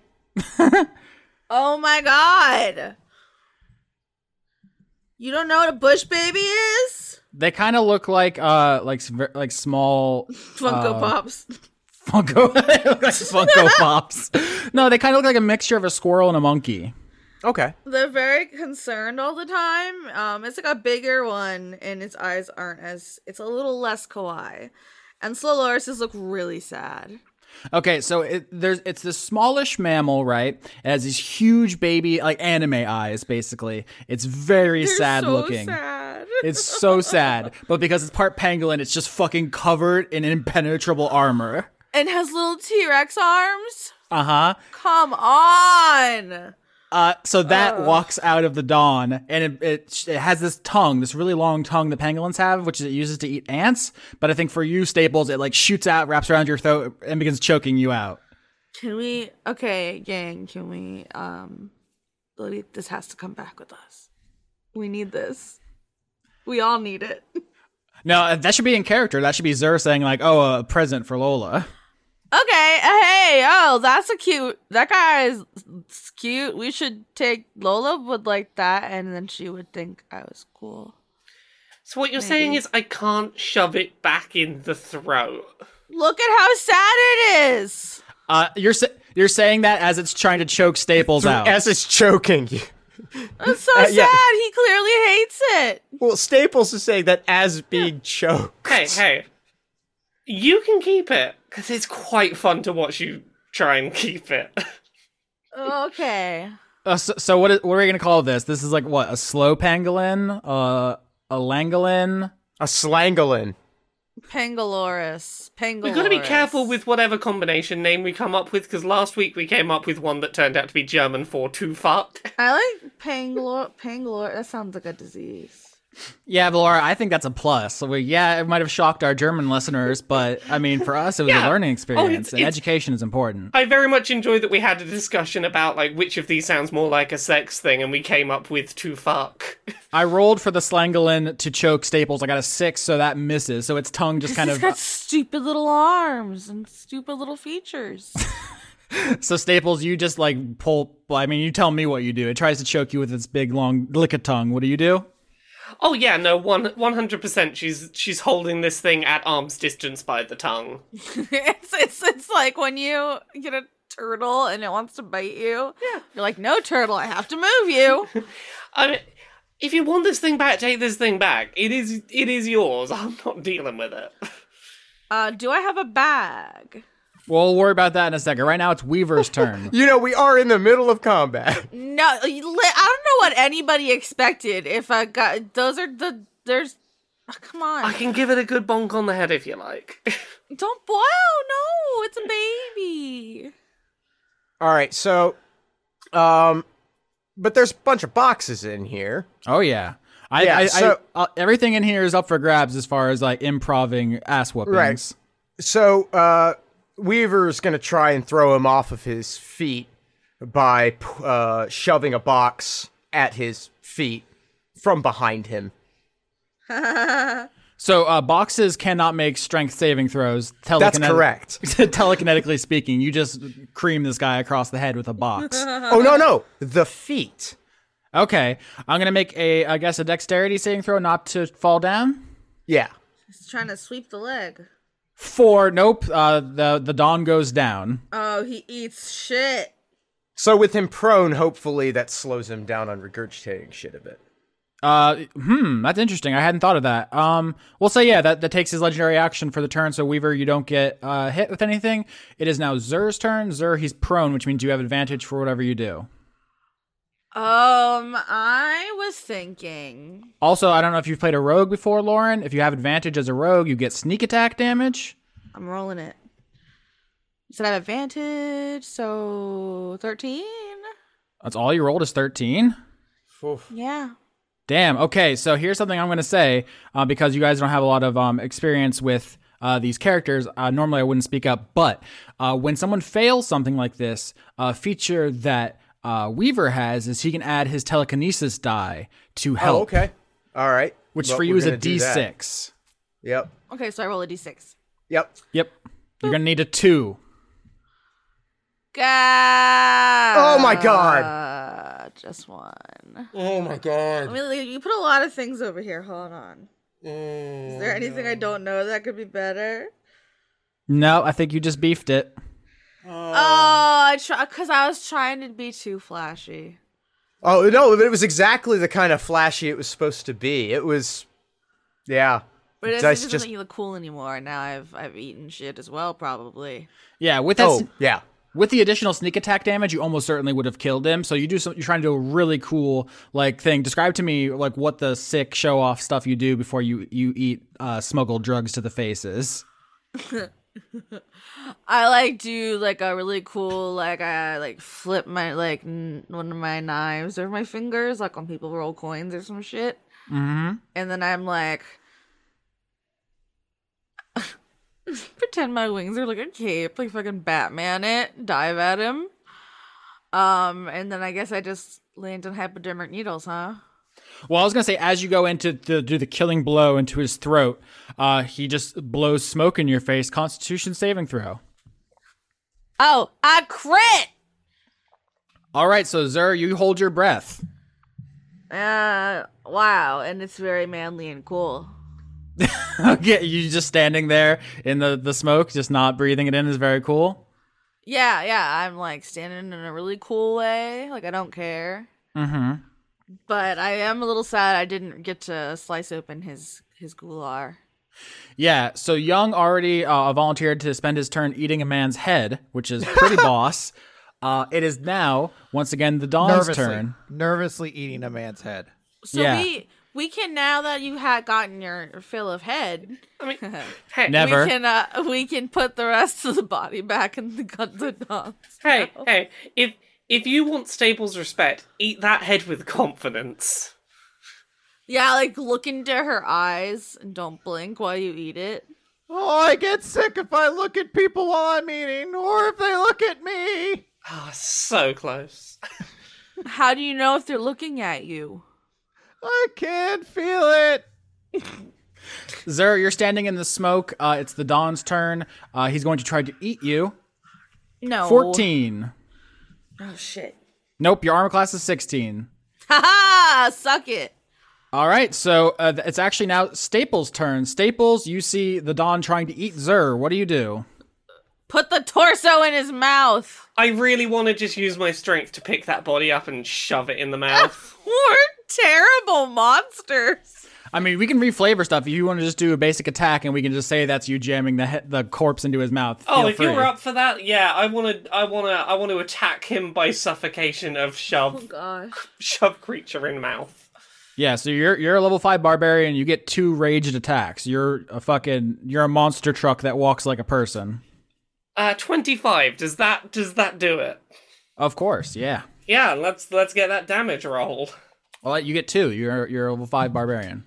Speaker 4: Oh my god! You don't know what a bush baby is?
Speaker 6: They kind of look like uh like s- ver- like small Uh.
Speaker 4: Funko Pops.
Speaker 6: Funko they look like Funko Pops. No, they kind of look like a mixture of a squirrel and a monkey.
Speaker 5: Okay.
Speaker 4: They're very concerned all the time. Um, it's like a bigger one, and its eyes aren't as. It's a little less kawaii. And Slolorises look really sad.
Speaker 6: Okay, so it, there's it's this smallish mammal, right? It has these huge baby like anime eyes, basically. It's very
Speaker 4: They're
Speaker 6: sad
Speaker 4: so
Speaker 6: looking.
Speaker 4: sad.
Speaker 6: It's so sad. But because it's part pangolin, it's just fucking covered in impenetrable armor.
Speaker 4: and has little T Rex arms.
Speaker 6: Uh-huh.
Speaker 4: Come on.
Speaker 6: Uh So that walks out of the dawn, and it, it it has this tongue, this really long tongue that pangolins have, which it uses to eat ants. But I think for you, Staples, it like shoots out, wraps around your throat, and begins choking you out.
Speaker 4: Can we? Okay, gang. Can we? Um, delete- this has to come back with us. We need this. We all need it.
Speaker 6: No, uh, that should be in character. That should be Zer saying like, "Oh, a present for Lola."
Speaker 4: Okay. Hey. Oh, that's a cute. That guy is it's cute. We should take Lola would like that, and then she would think I was cool.
Speaker 7: So what you're saying is I can't shove it back in the throat.
Speaker 4: Look at how sad it is.
Speaker 6: Uh, you're sa- you're saying that as it's trying to choke Staples out.
Speaker 5: As it's choking you.
Speaker 4: It's so
Speaker 5: Uh,
Speaker 4: sad.
Speaker 5: yeah.
Speaker 4: He clearly hates it.
Speaker 5: Well, Staples is saying that as being choked.
Speaker 7: Hey, hey. You can keep it because it's quite fun to watch you try and keep it.
Speaker 4: Okay.
Speaker 6: Uh, so, so what, is, what are we gonna call this? This is like what a slow pangolin, uh, a langolin.
Speaker 5: A slangolin.
Speaker 4: Pangaloris. Pangaloris.
Speaker 7: We've got to be careful with whatever combination name we come up with because last week we came up with one that turned out to be German for too fucked.
Speaker 4: I like Pangalor. Pangalor. That sounds like a disease.
Speaker 6: Yeah, but Laura, I think that's a plus. So we, yeah, it might have shocked our German listeners, but I mean, for us, it was
Speaker 7: Yeah.
Speaker 6: a learning
Speaker 7: Oh,
Speaker 6: experience,
Speaker 7: it's-
Speaker 6: and
Speaker 7: it's-
Speaker 6: education is important.
Speaker 7: I very much enjoyed that we had a discussion about like which of these sounds more like a sex thing, and we came up with too fuck.
Speaker 6: I rolled for the slangolin to choke Staples. I got a six, so that misses. So its tongue just kind
Speaker 4: He's
Speaker 6: of
Speaker 4: got stupid little arms and stupid little features.
Speaker 6: So Staples, you just like pull. well, I mean, you tell me what you do. It tries to choke you with its big long licka tongue. What do you do?
Speaker 7: Oh yeah, no, one one hundred percent. She's she's holding this thing at arm's distance by the tongue.
Speaker 4: it's, it's it's like when you get a turtle and it wants to bite you. Yeah. You're like, no turtle, I have to move you.
Speaker 7: I mean, if you want this thing back, take this thing back. It is it is yours. I'm not dealing with it.
Speaker 4: uh, do I have a bag?
Speaker 6: We'll worry about that in a second. Right now, it's Weaver's turn.
Speaker 5: You know, we are in the middle of combat.
Speaker 4: No, you li- I don't know what anybody expected. If I got those are the there's. oh, come on.
Speaker 7: I can give it a good bonk on the head if you like.
Speaker 4: Don't boil. No, it's a baby.
Speaker 5: All right, so, um, but there's a bunch of boxes in here.
Speaker 6: oh yeah. I,
Speaker 5: Yeah,
Speaker 6: I,
Speaker 5: so-
Speaker 6: I, uh, everything in here is up for grabs as far as like improving ass whoopings.
Speaker 5: Right. So, uh, Weaver's gonna try and throw him off of his feet by p- uh, shoving a box at his feet from behind him.
Speaker 6: So uh, boxes cannot make strength saving throws.
Speaker 5: That's
Speaker 6: telekinet-
Speaker 5: correct.
Speaker 6: telekinetically speaking, you just cream this guy across the head with a box.
Speaker 5: oh no, no, the feet.
Speaker 6: okay, I'm gonna make a I guess a dexterity saving throw not to fall down.
Speaker 5: Yeah.
Speaker 4: He's trying to sweep the leg.
Speaker 6: Four. Nope. Uh, the the dawn goes down.
Speaker 4: Oh, he eats shit.
Speaker 5: So with him prone, hopefully that slows him down on regurgitating shit a bit.
Speaker 6: Uh, hmm, that's interesting. I hadn't thought of that. Um, we'll say yeah, that that takes his legendary action for the turn. So Weaver, you don't get uh hit with anything. It is now Zer's turn. Zer, he's prone, which means you have advantage for whatever you do.
Speaker 4: Um, I was thinking.
Speaker 6: Also, I don't know if you've played a rogue before, Lauren. If you have advantage as a rogue, you get sneak attack damage.
Speaker 4: I'm rolling it. You said I have advantage, so 13?
Speaker 6: That's all you rolled is thirteen.
Speaker 4: Yeah.
Speaker 6: Damn. Okay. So here's something I'm going to say uh, because you guys don't have a lot of um, experience with uh, these characters. Uh, normally, I wouldn't speak up, but uh, when someone fails something like this, a feature that uh, Weaver has is he can add his telekinesis die to help,
Speaker 5: Oh, okay. All right.
Speaker 6: which
Speaker 5: Well,
Speaker 6: for you
Speaker 5: we're
Speaker 6: is a
Speaker 5: gonna do that.
Speaker 6: D6.
Speaker 5: Yep.
Speaker 4: Okay, so I roll a d6.
Speaker 5: Yep.
Speaker 6: Yep. You're going to need a two.
Speaker 4: God.
Speaker 5: Oh my god.
Speaker 4: Uh, just one.
Speaker 5: Oh my god.
Speaker 4: I mean, you put a lot of things over here. Hold on. Is
Speaker 5: Mm,
Speaker 4: there anything I don't know that could be better?
Speaker 6: No, I think you just beefed it.
Speaker 4: Oh,
Speaker 5: Um,
Speaker 4: I try because I was trying to be too flashy.
Speaker 5: Oh no, but it was exactly the kind of flashy it was supposed to be. It was Yeah.
Speaker 4: But it
Speaker 5: That's
Speaker 4: doesn't
Speaker 5: just-
Speaker 4: make you look cool anymore. Now I've I've eaten shit as well, probably.
Speaker 6: Yeah. With that,
Speaker 5: oh, yeah.
Speaker 6: With the additional sneak attack damage, you almost certainly would have killed him. So you do some, you're trying to do a really cool like thing. Describe to me like what the sick show off stuff you do before you you eat uh, smuggled drugs to the faces.
Speaker 4: I like do like a really cool like I like flip my like n- one of my knives over my fingers like when people roll coins or some shit,
Speaker 6: Mm-hmm.
Speaker 4: and then I'm like pretend my wings are like a cape, like fucking Batman it, dive at him, um, and then I guess I just land on hypodermic needles, huh?
Speaker 6: Well, I was gonna say as you go into the, do the killing blow into his throat, uh, he just blows smoke in your face. Constitution saving throw.
Speaker 4: Oh, I crit.
Speaker 6: All right, so Zer, you hold your breath.
Speaker 4: Uh, wow, and it's very manly and cool.
Speaker 6: okay, you just standing there in the the smoke, just not breathing it in is very cool.
Speaker 4: Yeah, yeah, I'm like standing in a really cool way. Like I don't care,
Speaker 6: Mm-hmm.
Speaker 4: but I am a little sad I didn't get to slice open his his gular.
Speaker 6: Yeah, so Young already uh, volunteered to spend his turn eating a man's head, which is pretty boss. Uh, it is now once again the Dawn's
Speaker 8: nervously,
Speaker 6: turn.
Speaker 8: nervously eating a man's head.
Speaker 4: So
Speaker 6: Yeah.
Speaker 4: we we can now that you had gotten your fill of head,
Speaker 7: I mean, heck,
Speaker 6: Never.
Speaker 4: we can uh, we can put the rest of the body back in the gun the dogs.
Speaker 7: hey, hey, if if you want Staples respect, eat that head with confidence.
Speaker 4: Yeah, like look into her eyes and don't blink while you eat it.
Speaker 8: Oh, I get sick if I look at people while I'm eating, or if they look at me.
Speaker 7: Ah, so close.
Speaker 4: How do you know if they're looking at you?
Speaker 8: I can't feel it.
Speaker 6: Zer, you're standing in the smoke. Uh, it's the Dawn's turn. Uh, he's going to try to eat you.
Speaker 4: No.
Speaker 6: Fourteen.
Speaker 4: Oh shit.
Speaker 6: Nope, your armor class is sixteen.
Speaker 4: Haha! Suck it.
Speaker 6: All right, so uh, th- it's actually now Staples' turn. Staples, you see the Dawn trying to eat Zer. What do you do?
Speaker 4: Put the torso in his mouth.
Speaker 7: I really want to just use my strength to pick that body up and shove it in the mouth.
Speaker 4: We're terrible monsters.
Speaker 6: I mean, we can reflavor stuff. If you want to just do a basic attack, and we can just say that's you jamming the he- the corpse into his mouth.
Speaker 7: Oh,
Speaker 6: Feel
Speaker 7: if
Speaker 6: free.
Speaker 7: you're up for that, yeah, I want to, I want to, I want to attack him by suffocation of shove,
Speaker 4: Gosh.
Speaker 7: shove creature in mouth.
Speaker 6: Yeah, so you're you're a level five barbarian. You get two raged attacks. You're a fucking you're a monster truck that walks like a person.
Speaker 7: Uh, twenty-five. Does that, does that do it?
Speaker 6: Of course, yeah.
Speaker 7: Yeah, let's let's get that damage roll.
Speaker 6: Well, you get two. You're you're a level five barbarian.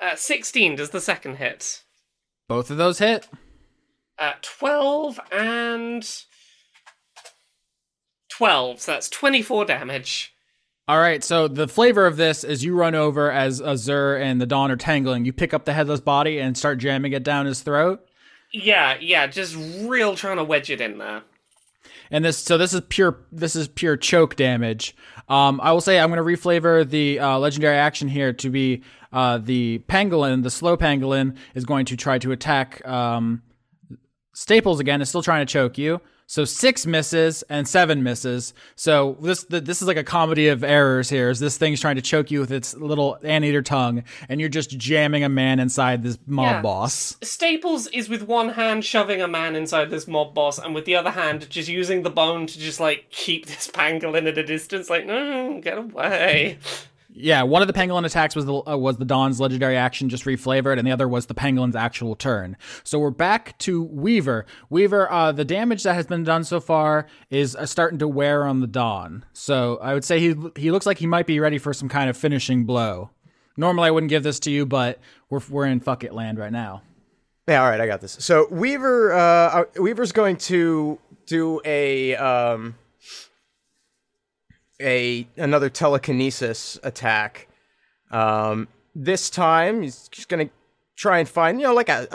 Speaker 7: Uh, Sixteen. Does the second hit?
Speaker 6: Both of those hit.
Speaker 7: Uh, Twelve and twelve. So that's twenty-four damage.
Speaker 6: All right, so the flavor of this is you run over as Azur and the Dawn are tangling. You pick up the headless body and start jamming it down his throat.
Speaker 7: Yeah, yeah. Just real trying to wedge it in there.
Speaker 6: And this, so this is pure, this is pure choke damage. Um, I will say I'm going to reflavor the uh, legendary action here to be uh, the pangolin, the slow pangolin is going to try to attack um, Staples again. Is still trying to choke you. So six misses and seven misses. So this th- this is like a comedy of errors here. Is this thing's trying to choke you with its little anteater tongue, and you're just jamming a man inside this mob
Speaker 7: Yeah.
Speaker 6: boss.
Speaker 7: Staples is with one hand shoving a man inside this mob boss, and with the other hand just using the bone to just like keep this pangolin at a distance. Like, no, get away.
Speaker 6: Yeah, one of the pangolin attacks was the uh, was the Dawn's legendary action just reflavored, and the other was the pangolin's actual turn. So we're back to Weaver. Weaver, uh, the damage that has been done so far is uh, starting to wear on the Dawn. So I would say he he looks like he might be ready for some kind of finishing blow. Normally I wouldn't give this to you, but we're we're in fuck it land right now.
Speaker 5: Yeah, all right, I got this. So Weaver, uh, uh, Weaver's going to do a um, a another telekinesis attack. Um, this time he's just going to try and find you know like a,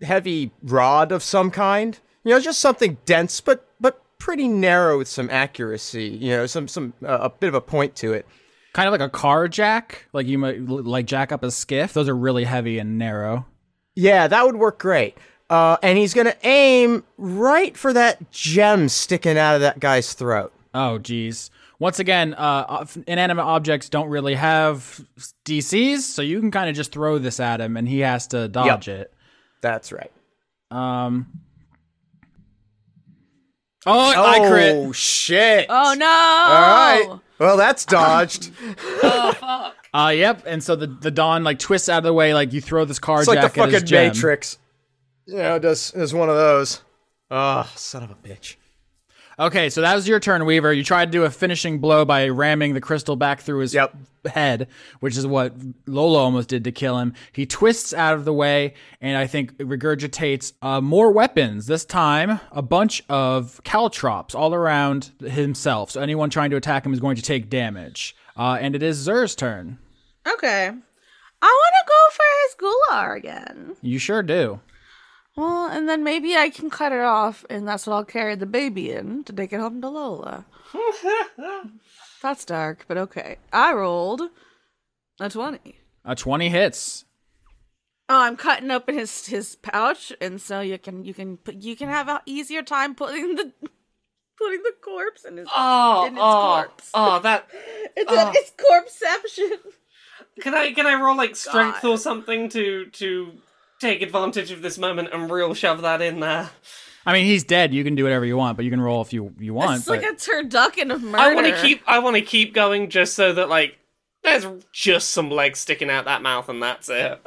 Speaker 5: a heavy rod of some kind. You know, just something dense but but pretty narrow with some accuracy. You know, some some uh, a bit of a point to it.
Speaker 6: Kind of like a car jack, like you might like jack up a skiff. Those are really heavy and narrow.
Speaker 5: Yeah, that would work great. Uh, and he's gonna aim right for that gem sticking out of that guy's throat.
Speaker 6: Oh, geez. Once again, uh, of- inanimate objects don't really have DCs, so you can kind of just throw this at him, and he has to dodge it.
Speaker 5: That's right.
Speaker 6: Um, Oh, I crit.
Speaker 5: Oh shit!
Speaker 4: Oh no!
Speaker 5: All right. Well, that's dodged.
Speaker 7: Oh fuck!
Speaker 6: Uh, yep. And so the, the Dawn like twists out of the way, like you throw this card
Speaker 5: it's like the
Speaker 6: at his
Speaker 5: fucking
Speaker 6: gem.
Speaker 5: Matrix. You know, it does is one of those. Oh, son of a bitch.
Speaker 6: Okay, so that was your turn, Weaver. You tried to do a finishing blow by ramming the crystal back through his
Speaker 5: Yep.
Speaker 6: head, which is what Lola almost did to kill him. He twists out of the way and I think regurgitates uh, more weapons. This time, a bunch of caltrops all around himself. So anyone trying to attack him is going to take damage. Uh, and it is Zer's turn.
Speaker 4: Okay. I want to go for his Gular again.
Speaker 6: You sure do.
Speaker 4: Well, and then maybe I can cut it off, and that's what I'll carry the baby in to take it home to Lola. that's dark, but okay. I rolled a 20.
Speaker 6: A 20 Uh, hits.
Speaker 4: Oh, I'm cutting open his his pouch, and so you can you can put you can have an easier time putting the putting the corpse in his
Speaker 7: Oh,
Speaker 4: in his
Speaker 7: oh,
Speaker 4: corpse.
Speaker 7: oh! That
Speaker 4: It's, a, it's corpseception.
Speaker 7: can I can I roll like strength or something to to take advantage of this moment and real shove that in there?
Speaker 6: I mean, he's dead. You can do whatever you want, but you can roll if you, you want.
Speaker 4: It's like
Speaker 6: but-
Speaker 4: a turducken of murder.
Speaker 7: I want to keep I want to keep going just so that like there's just some legs sticking out that mouth and that's it.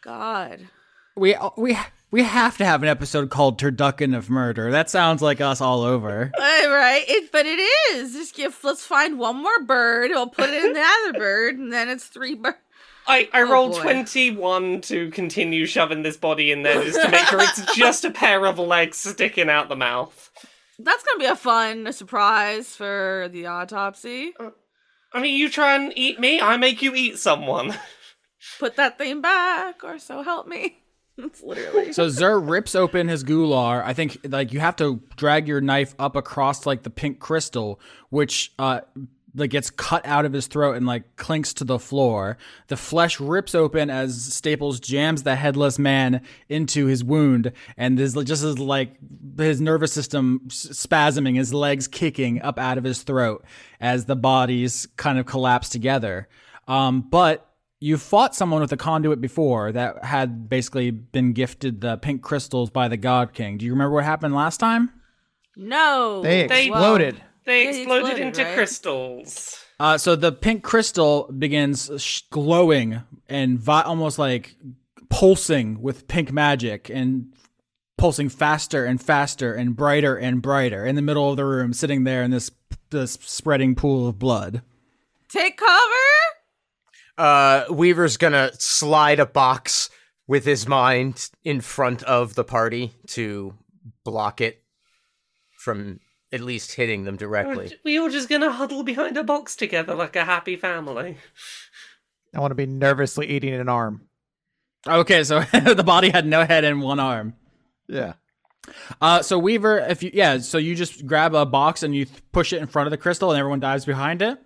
Speaker 4: God.
Speaker 6: we we we have to have an episode called Turducken of Murder. That sounds like us all over.
Speaker 4: All right, it, but it is. Just give. Let's find one more bird. We'll put it in the other bird, and then it's three birds.
Speaker 7: I, I rolled
Speaker 4: Oh, boy.
Speaker 7: 21 to continue shoving this body in there just to make sure it's just a pair of legs sticking out the mouth.
Speaker 4: That's gonna be a fun surprise for the autopsy.
Speaker 7: I mean, you try and eat me, I make you eat someone.
Speaker 4: Put that thing back, or so help me. That's literally.
Speaker 6: So Zer rips open his gular. I think like you have to drag your knife up across like the pink crystal, which uh like gets cut out of his throat and like clinks to the floor. The flesh rips open as Staples jams the headless man into his wound, and this just is like his nervous system s- spasming, his legs kicking up out of his throat as the bodies kind of collapse together. Um, but you fought someone with a conduit before that had basically been gifted the pink crystals by the God King. Do you remember what happened last time?
Speaker 4: No.
Speaker 8: They exploded.
Speaker 7: They
Speaker 4: Yeah, he
Speaker 7: exploded,
Speaker 4: exploded,
Speaker 7: into
Speaker 4: right?
Speaker 7: crystals.
Speaker 6: Uh, so the pink crystal begins sh- glowing and vi- almost like pulsing with pink magic and pulsing faster and faster and brighter and brighter in the middle of the room, sitting there in this this spreading pool of blood.
Speaker 4: Take cover.
Speaker 5: Uh, Weaver's gonna slide a box with his mind in front of the party to block it from at least hitting them directly.
Speaker 7: We all just gonna huddle behind a box together like a happy family.
Speaker 8: I want to be nervously eating an arm.
Speaker 6: Okay, so the body had no head and one arm.
Speaker 8: Yeah.
Speaker 6: Uh, so Weaver, if you yeah, so you just grab a box and you th- push it in front of the crystal, and everyone dives behind it.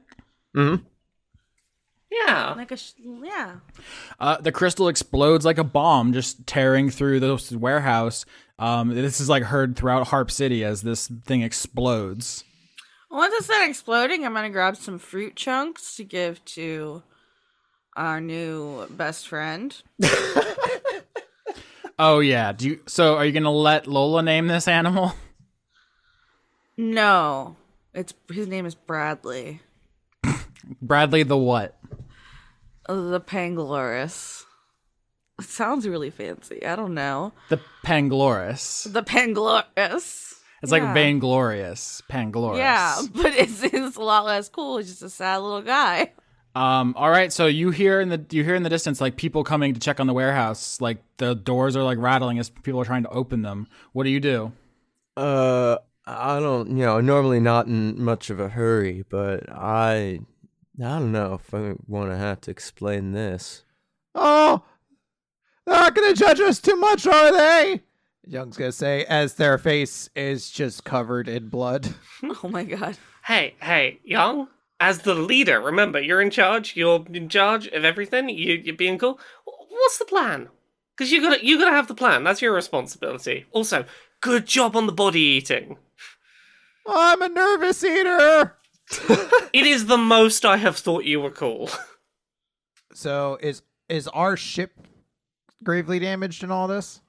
Speaker 7: Yeah.
Speaker 4: Like a sh- yeah.
Speaker 6: Uh, the crystal explodes like a bomb, just tearing through this warehouse. Um, this is like heard throughout Harp City as this thing explodes.
Speaker 4: Once it's done exploding, I'm gonna grab some fruit chunks to give to our new best friend.
Speaker 6: Oh yeah, do you? So are you gonna let Lola name this animal?
Speaker 4: No, it's his name is Bradley,
Speaker 6: Bradley the what?
Speaker 4: the Pangloris. It sounds really fancy. I don't know.
Speaker 6: The Pangloris.
Speaker 4: The Pangloris.
Speaker 6: It's like vainglorious Pangloris.
Speaker 4: Yeah, but it's, it's a lot less cool. It's just a sad little guy.
Speaker 6: Um, all right, so you hear in the you hear in the distance like people coming to check on the warehouse. Like the doors are like rattling as people are trying to open them. What do you do?
Speaker 5: Uh, I don't, you know, normally not in much of a hurry, but I, I don't know if I want to have to explain this.
Speaker 8: Oh, they're not going to judge us too much, are they? Young's going to say, as their face is just covered in blood.
Speaker 4: Oh my god.
Speaker 7: Hey, hey, Young, as the leader, remember, you're in charge, you're in charge of everything, you, you're being cool. What's the plan? Because you gotta, you gotta have the plan, that's your responsibility. Also, good job on the body eating.
Speaker 8: I'm a nervous eater.
Speaker 7: It is the most I have thought you were cool.
Speaker 8: So is is our ship gravely damaged in all this?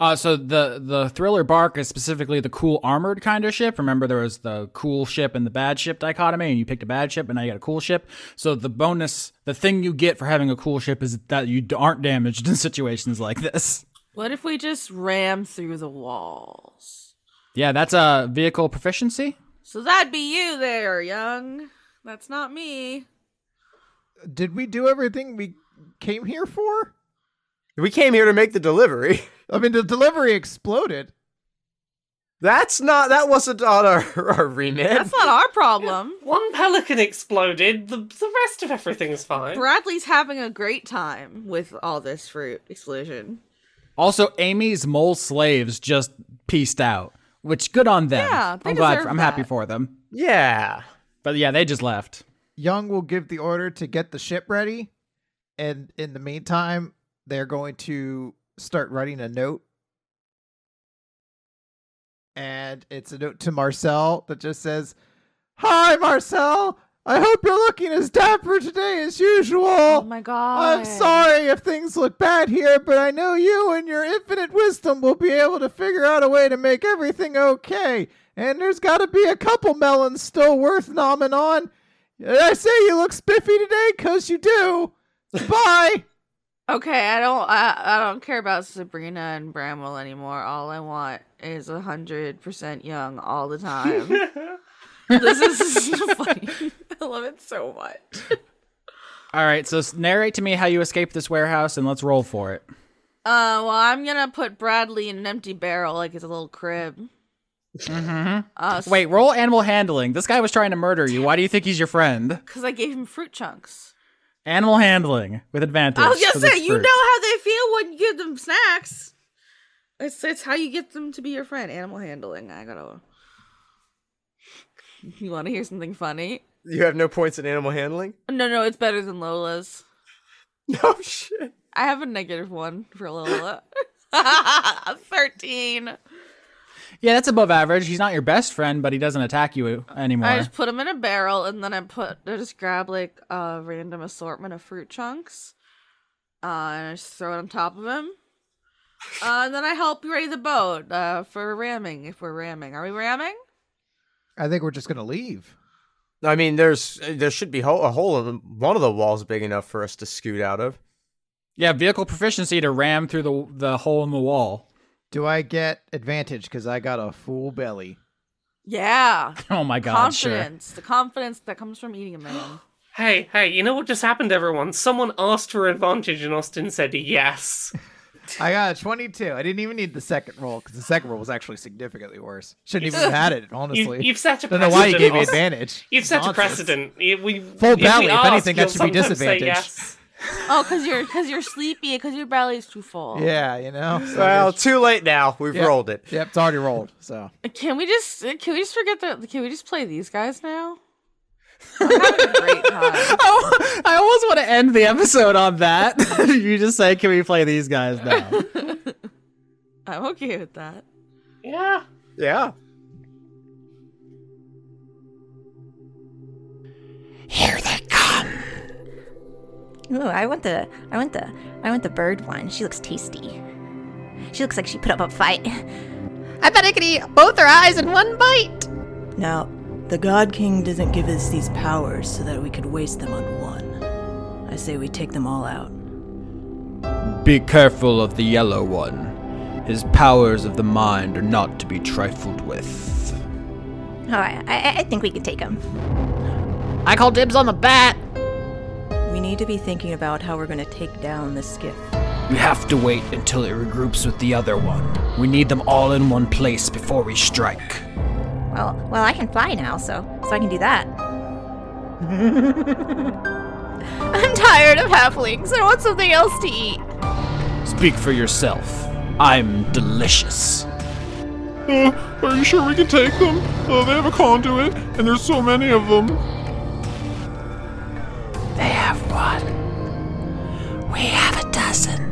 Speaker 6: Uh, so the the thriller bark is specifically the cool armored kind of ship. Remember, there was the cool ship and the bad ship dichotomy, and you picked a bad ship, and now you got a cool ship. So the bonus, the thing you get for having a cool ship is that you d- aren't damaged in situations like this.
Speaker 4: What if we just ram through the walls?
Speaker 6: Yeah, that's a uh, vehicle proficiency.
Speaker 4: So that'd be you there, young. That's not me.
Speaker 8: Did we do everything we came here for?
Speaker 5: We came here to make the delivery.
Speaker 8: I mean, the delivery exploded.
Speaker 5: That's not. That wasn't on our, our remit.
Speaker 4: That's not our problem.
Speaker 7: One pelican exploded. The the rest of everything's fine.
Speaker 4: Bradley's having a great time with all this fruit explosion.
Speaker 6: Also, Amy's mole slaves just pieced out, which good on them.
Speaker 4: Yeah, they
Speaker 6: I'm glad.
Speaker 4: deserve
Speaker 6: I'm happy
Speaker 4: that.
Speaker 6: for them.
Speaker 5: Yeah.
Speaker 6: But yeah, they just left.
Speaker 8: Young will give the order to get the ship ready, and in the meantime, they're going to start writing a note. And it's a note to Marcel that just says, "Hi, Marcel. I hope you're looking as dapper today as usual.
Speaker 4: Oh my god.
Speaker 8: I'm sorry if things look bad here, but I know you and your infinite wisdom will be able to figure out a way to make everything okay. And there's got to be a couple melons still worth nomming on. And I say you look spiffy today, 'cause you do. Bye.
Speaker 4: Okay, I don't I, I don't care about Sabrina and Bramwell anymore. All I want is a hundred percent young all the time. this is so funny. I love it so much.
Speaker 6: All right, so s- narrate to me how you escaped this warehouse, and let's roll for it.
Speaker 4: Uh, well, I'm gonna put Bradley in an empty barrel like it's a little crib. Uh,
Speaker 6: Wait, roll animal handling. This guy was trying to murder you. Why do you think he's your friend?
Speaker 4: because I gave him fruit chunks.
Speaker 6: Animal handling with advantage.
Speaker 4: I was gonna
Speaker 6: for this
Speaker 4: say, you
Speaker 6: fruit.
Speaker 4: know how they feel when you give them snacks. It's it's how you get them to be your friend. Animal handling. I gotta. You want to hear something funny?
Speaker 5: You have no points in animal handling.
Speaker 4: No, no, it's better than Lola's.
Speaker 5: No shit.
Speaker 4: I have a negative one for Lola. Thirteen.
Speaker 6: Yeah, that's above average. He's not your best friend, but he doesn't attack you anymore.
Speaker 4: I just put them in a barrel, and then I put I just grab like a random assortment of fruit chunks, uh, and I just throw it on top of him. Uh, and then I help you ready the boat uh, for ramming. If we're ramming, are we ramming?
Speaker 8: I think we're just gonna leave.
Speaker 5: I mean, there's there should be ho- a hole in one of the walls big enough for us to scoot out of.
Speaker 6: yeah, vehicle proficiency to ram through the the hole in the wall.
Speaker 8: Do I get advantage? 'Cause I got a full belly?
Speaker 4: Yeah,
Speaker 6: Oh my god, sure.
Speaker 4: confidence. The confidence that comes from eating a man.
Speaker 7: Hey, hey, you know what just happened, everyone? Someone asked for advantage and Austin said yes.
Speaker 8: I got a 22. I didn't even need the second roll 'cause the second roll was actually significantly worse. Shouldn't even have had it, honestly.
Speaker 7: You, have set a
Speaker 8: don't
Speaker 7: precedent.
Speaker 8: know why you gave me
Speaker 7: Austin.
Speaker 8: advantage.
Speaker 7: You've set a
Speaker 8: Nonsense.
Speaker 7: precedent. If we,
Speaker 8: Full
Speaker 7: if we
Speaker 8: belly, if
Speaker 7: ask,
Speaker 8: anything, that
Speaker 7: you'll
Speaker 8: should be
Speaker 7: sometimes say
Speaker 8: disadvantage.
Speaker 7: yes.
Speaker 4: Oh, cause you're cause you're sleepy, cause your belly's too full.
Speaker 8: Yeah, you know. so
Speaker 5: Well, too late now. We've
Speaker 8: Yeah.
Speaker 5: rolled it.
Speaker 8: Yep, it's already rolled. So
Speaker 4: Can we just can we just forget the can we just play these guys now? I'm having a great time.
Speaker 6: Oh, I almost want to end the episode on that. you just say, "Can we play these guys now?"
Speaker 4: I'm okay with that.
Speaker 7: Yeah.
Speaker 5: Yeah.
Speaker 10: Ooh, I want the, I want the, I want the bird one. She looks tasty. She looks like she put up a fight. I bet I could eat both her eyes in one bite.
Speaker 2: Now, the God King doesn't give us these powers so that we could waste them on one. I say we take them all out.
Speaker 1: Be careful of the yellow one. His powers of the mind are not to be trifled with.
Speaker 10: Oh, I, I, I think we can take him.
Speaker 6: I call dibs on the bat.
Speaker 2: We need to be thinking about how we're going to take down the skiff.
Speaker 1: We have to wait until it regroups with the other one. We need them all in one place before we strike.
Speaker 10: Well, well, I can fly now, so so I can do that. I'm tired of halflings. I want something else to eat.
Speaker 1: Speak for yourself. I'm delicious.
Speaker 11: Uh, Are you sure we can take them? Uh, they have a conduit, and there's so many of them.
Speaker 1: They have one. We have a dozen.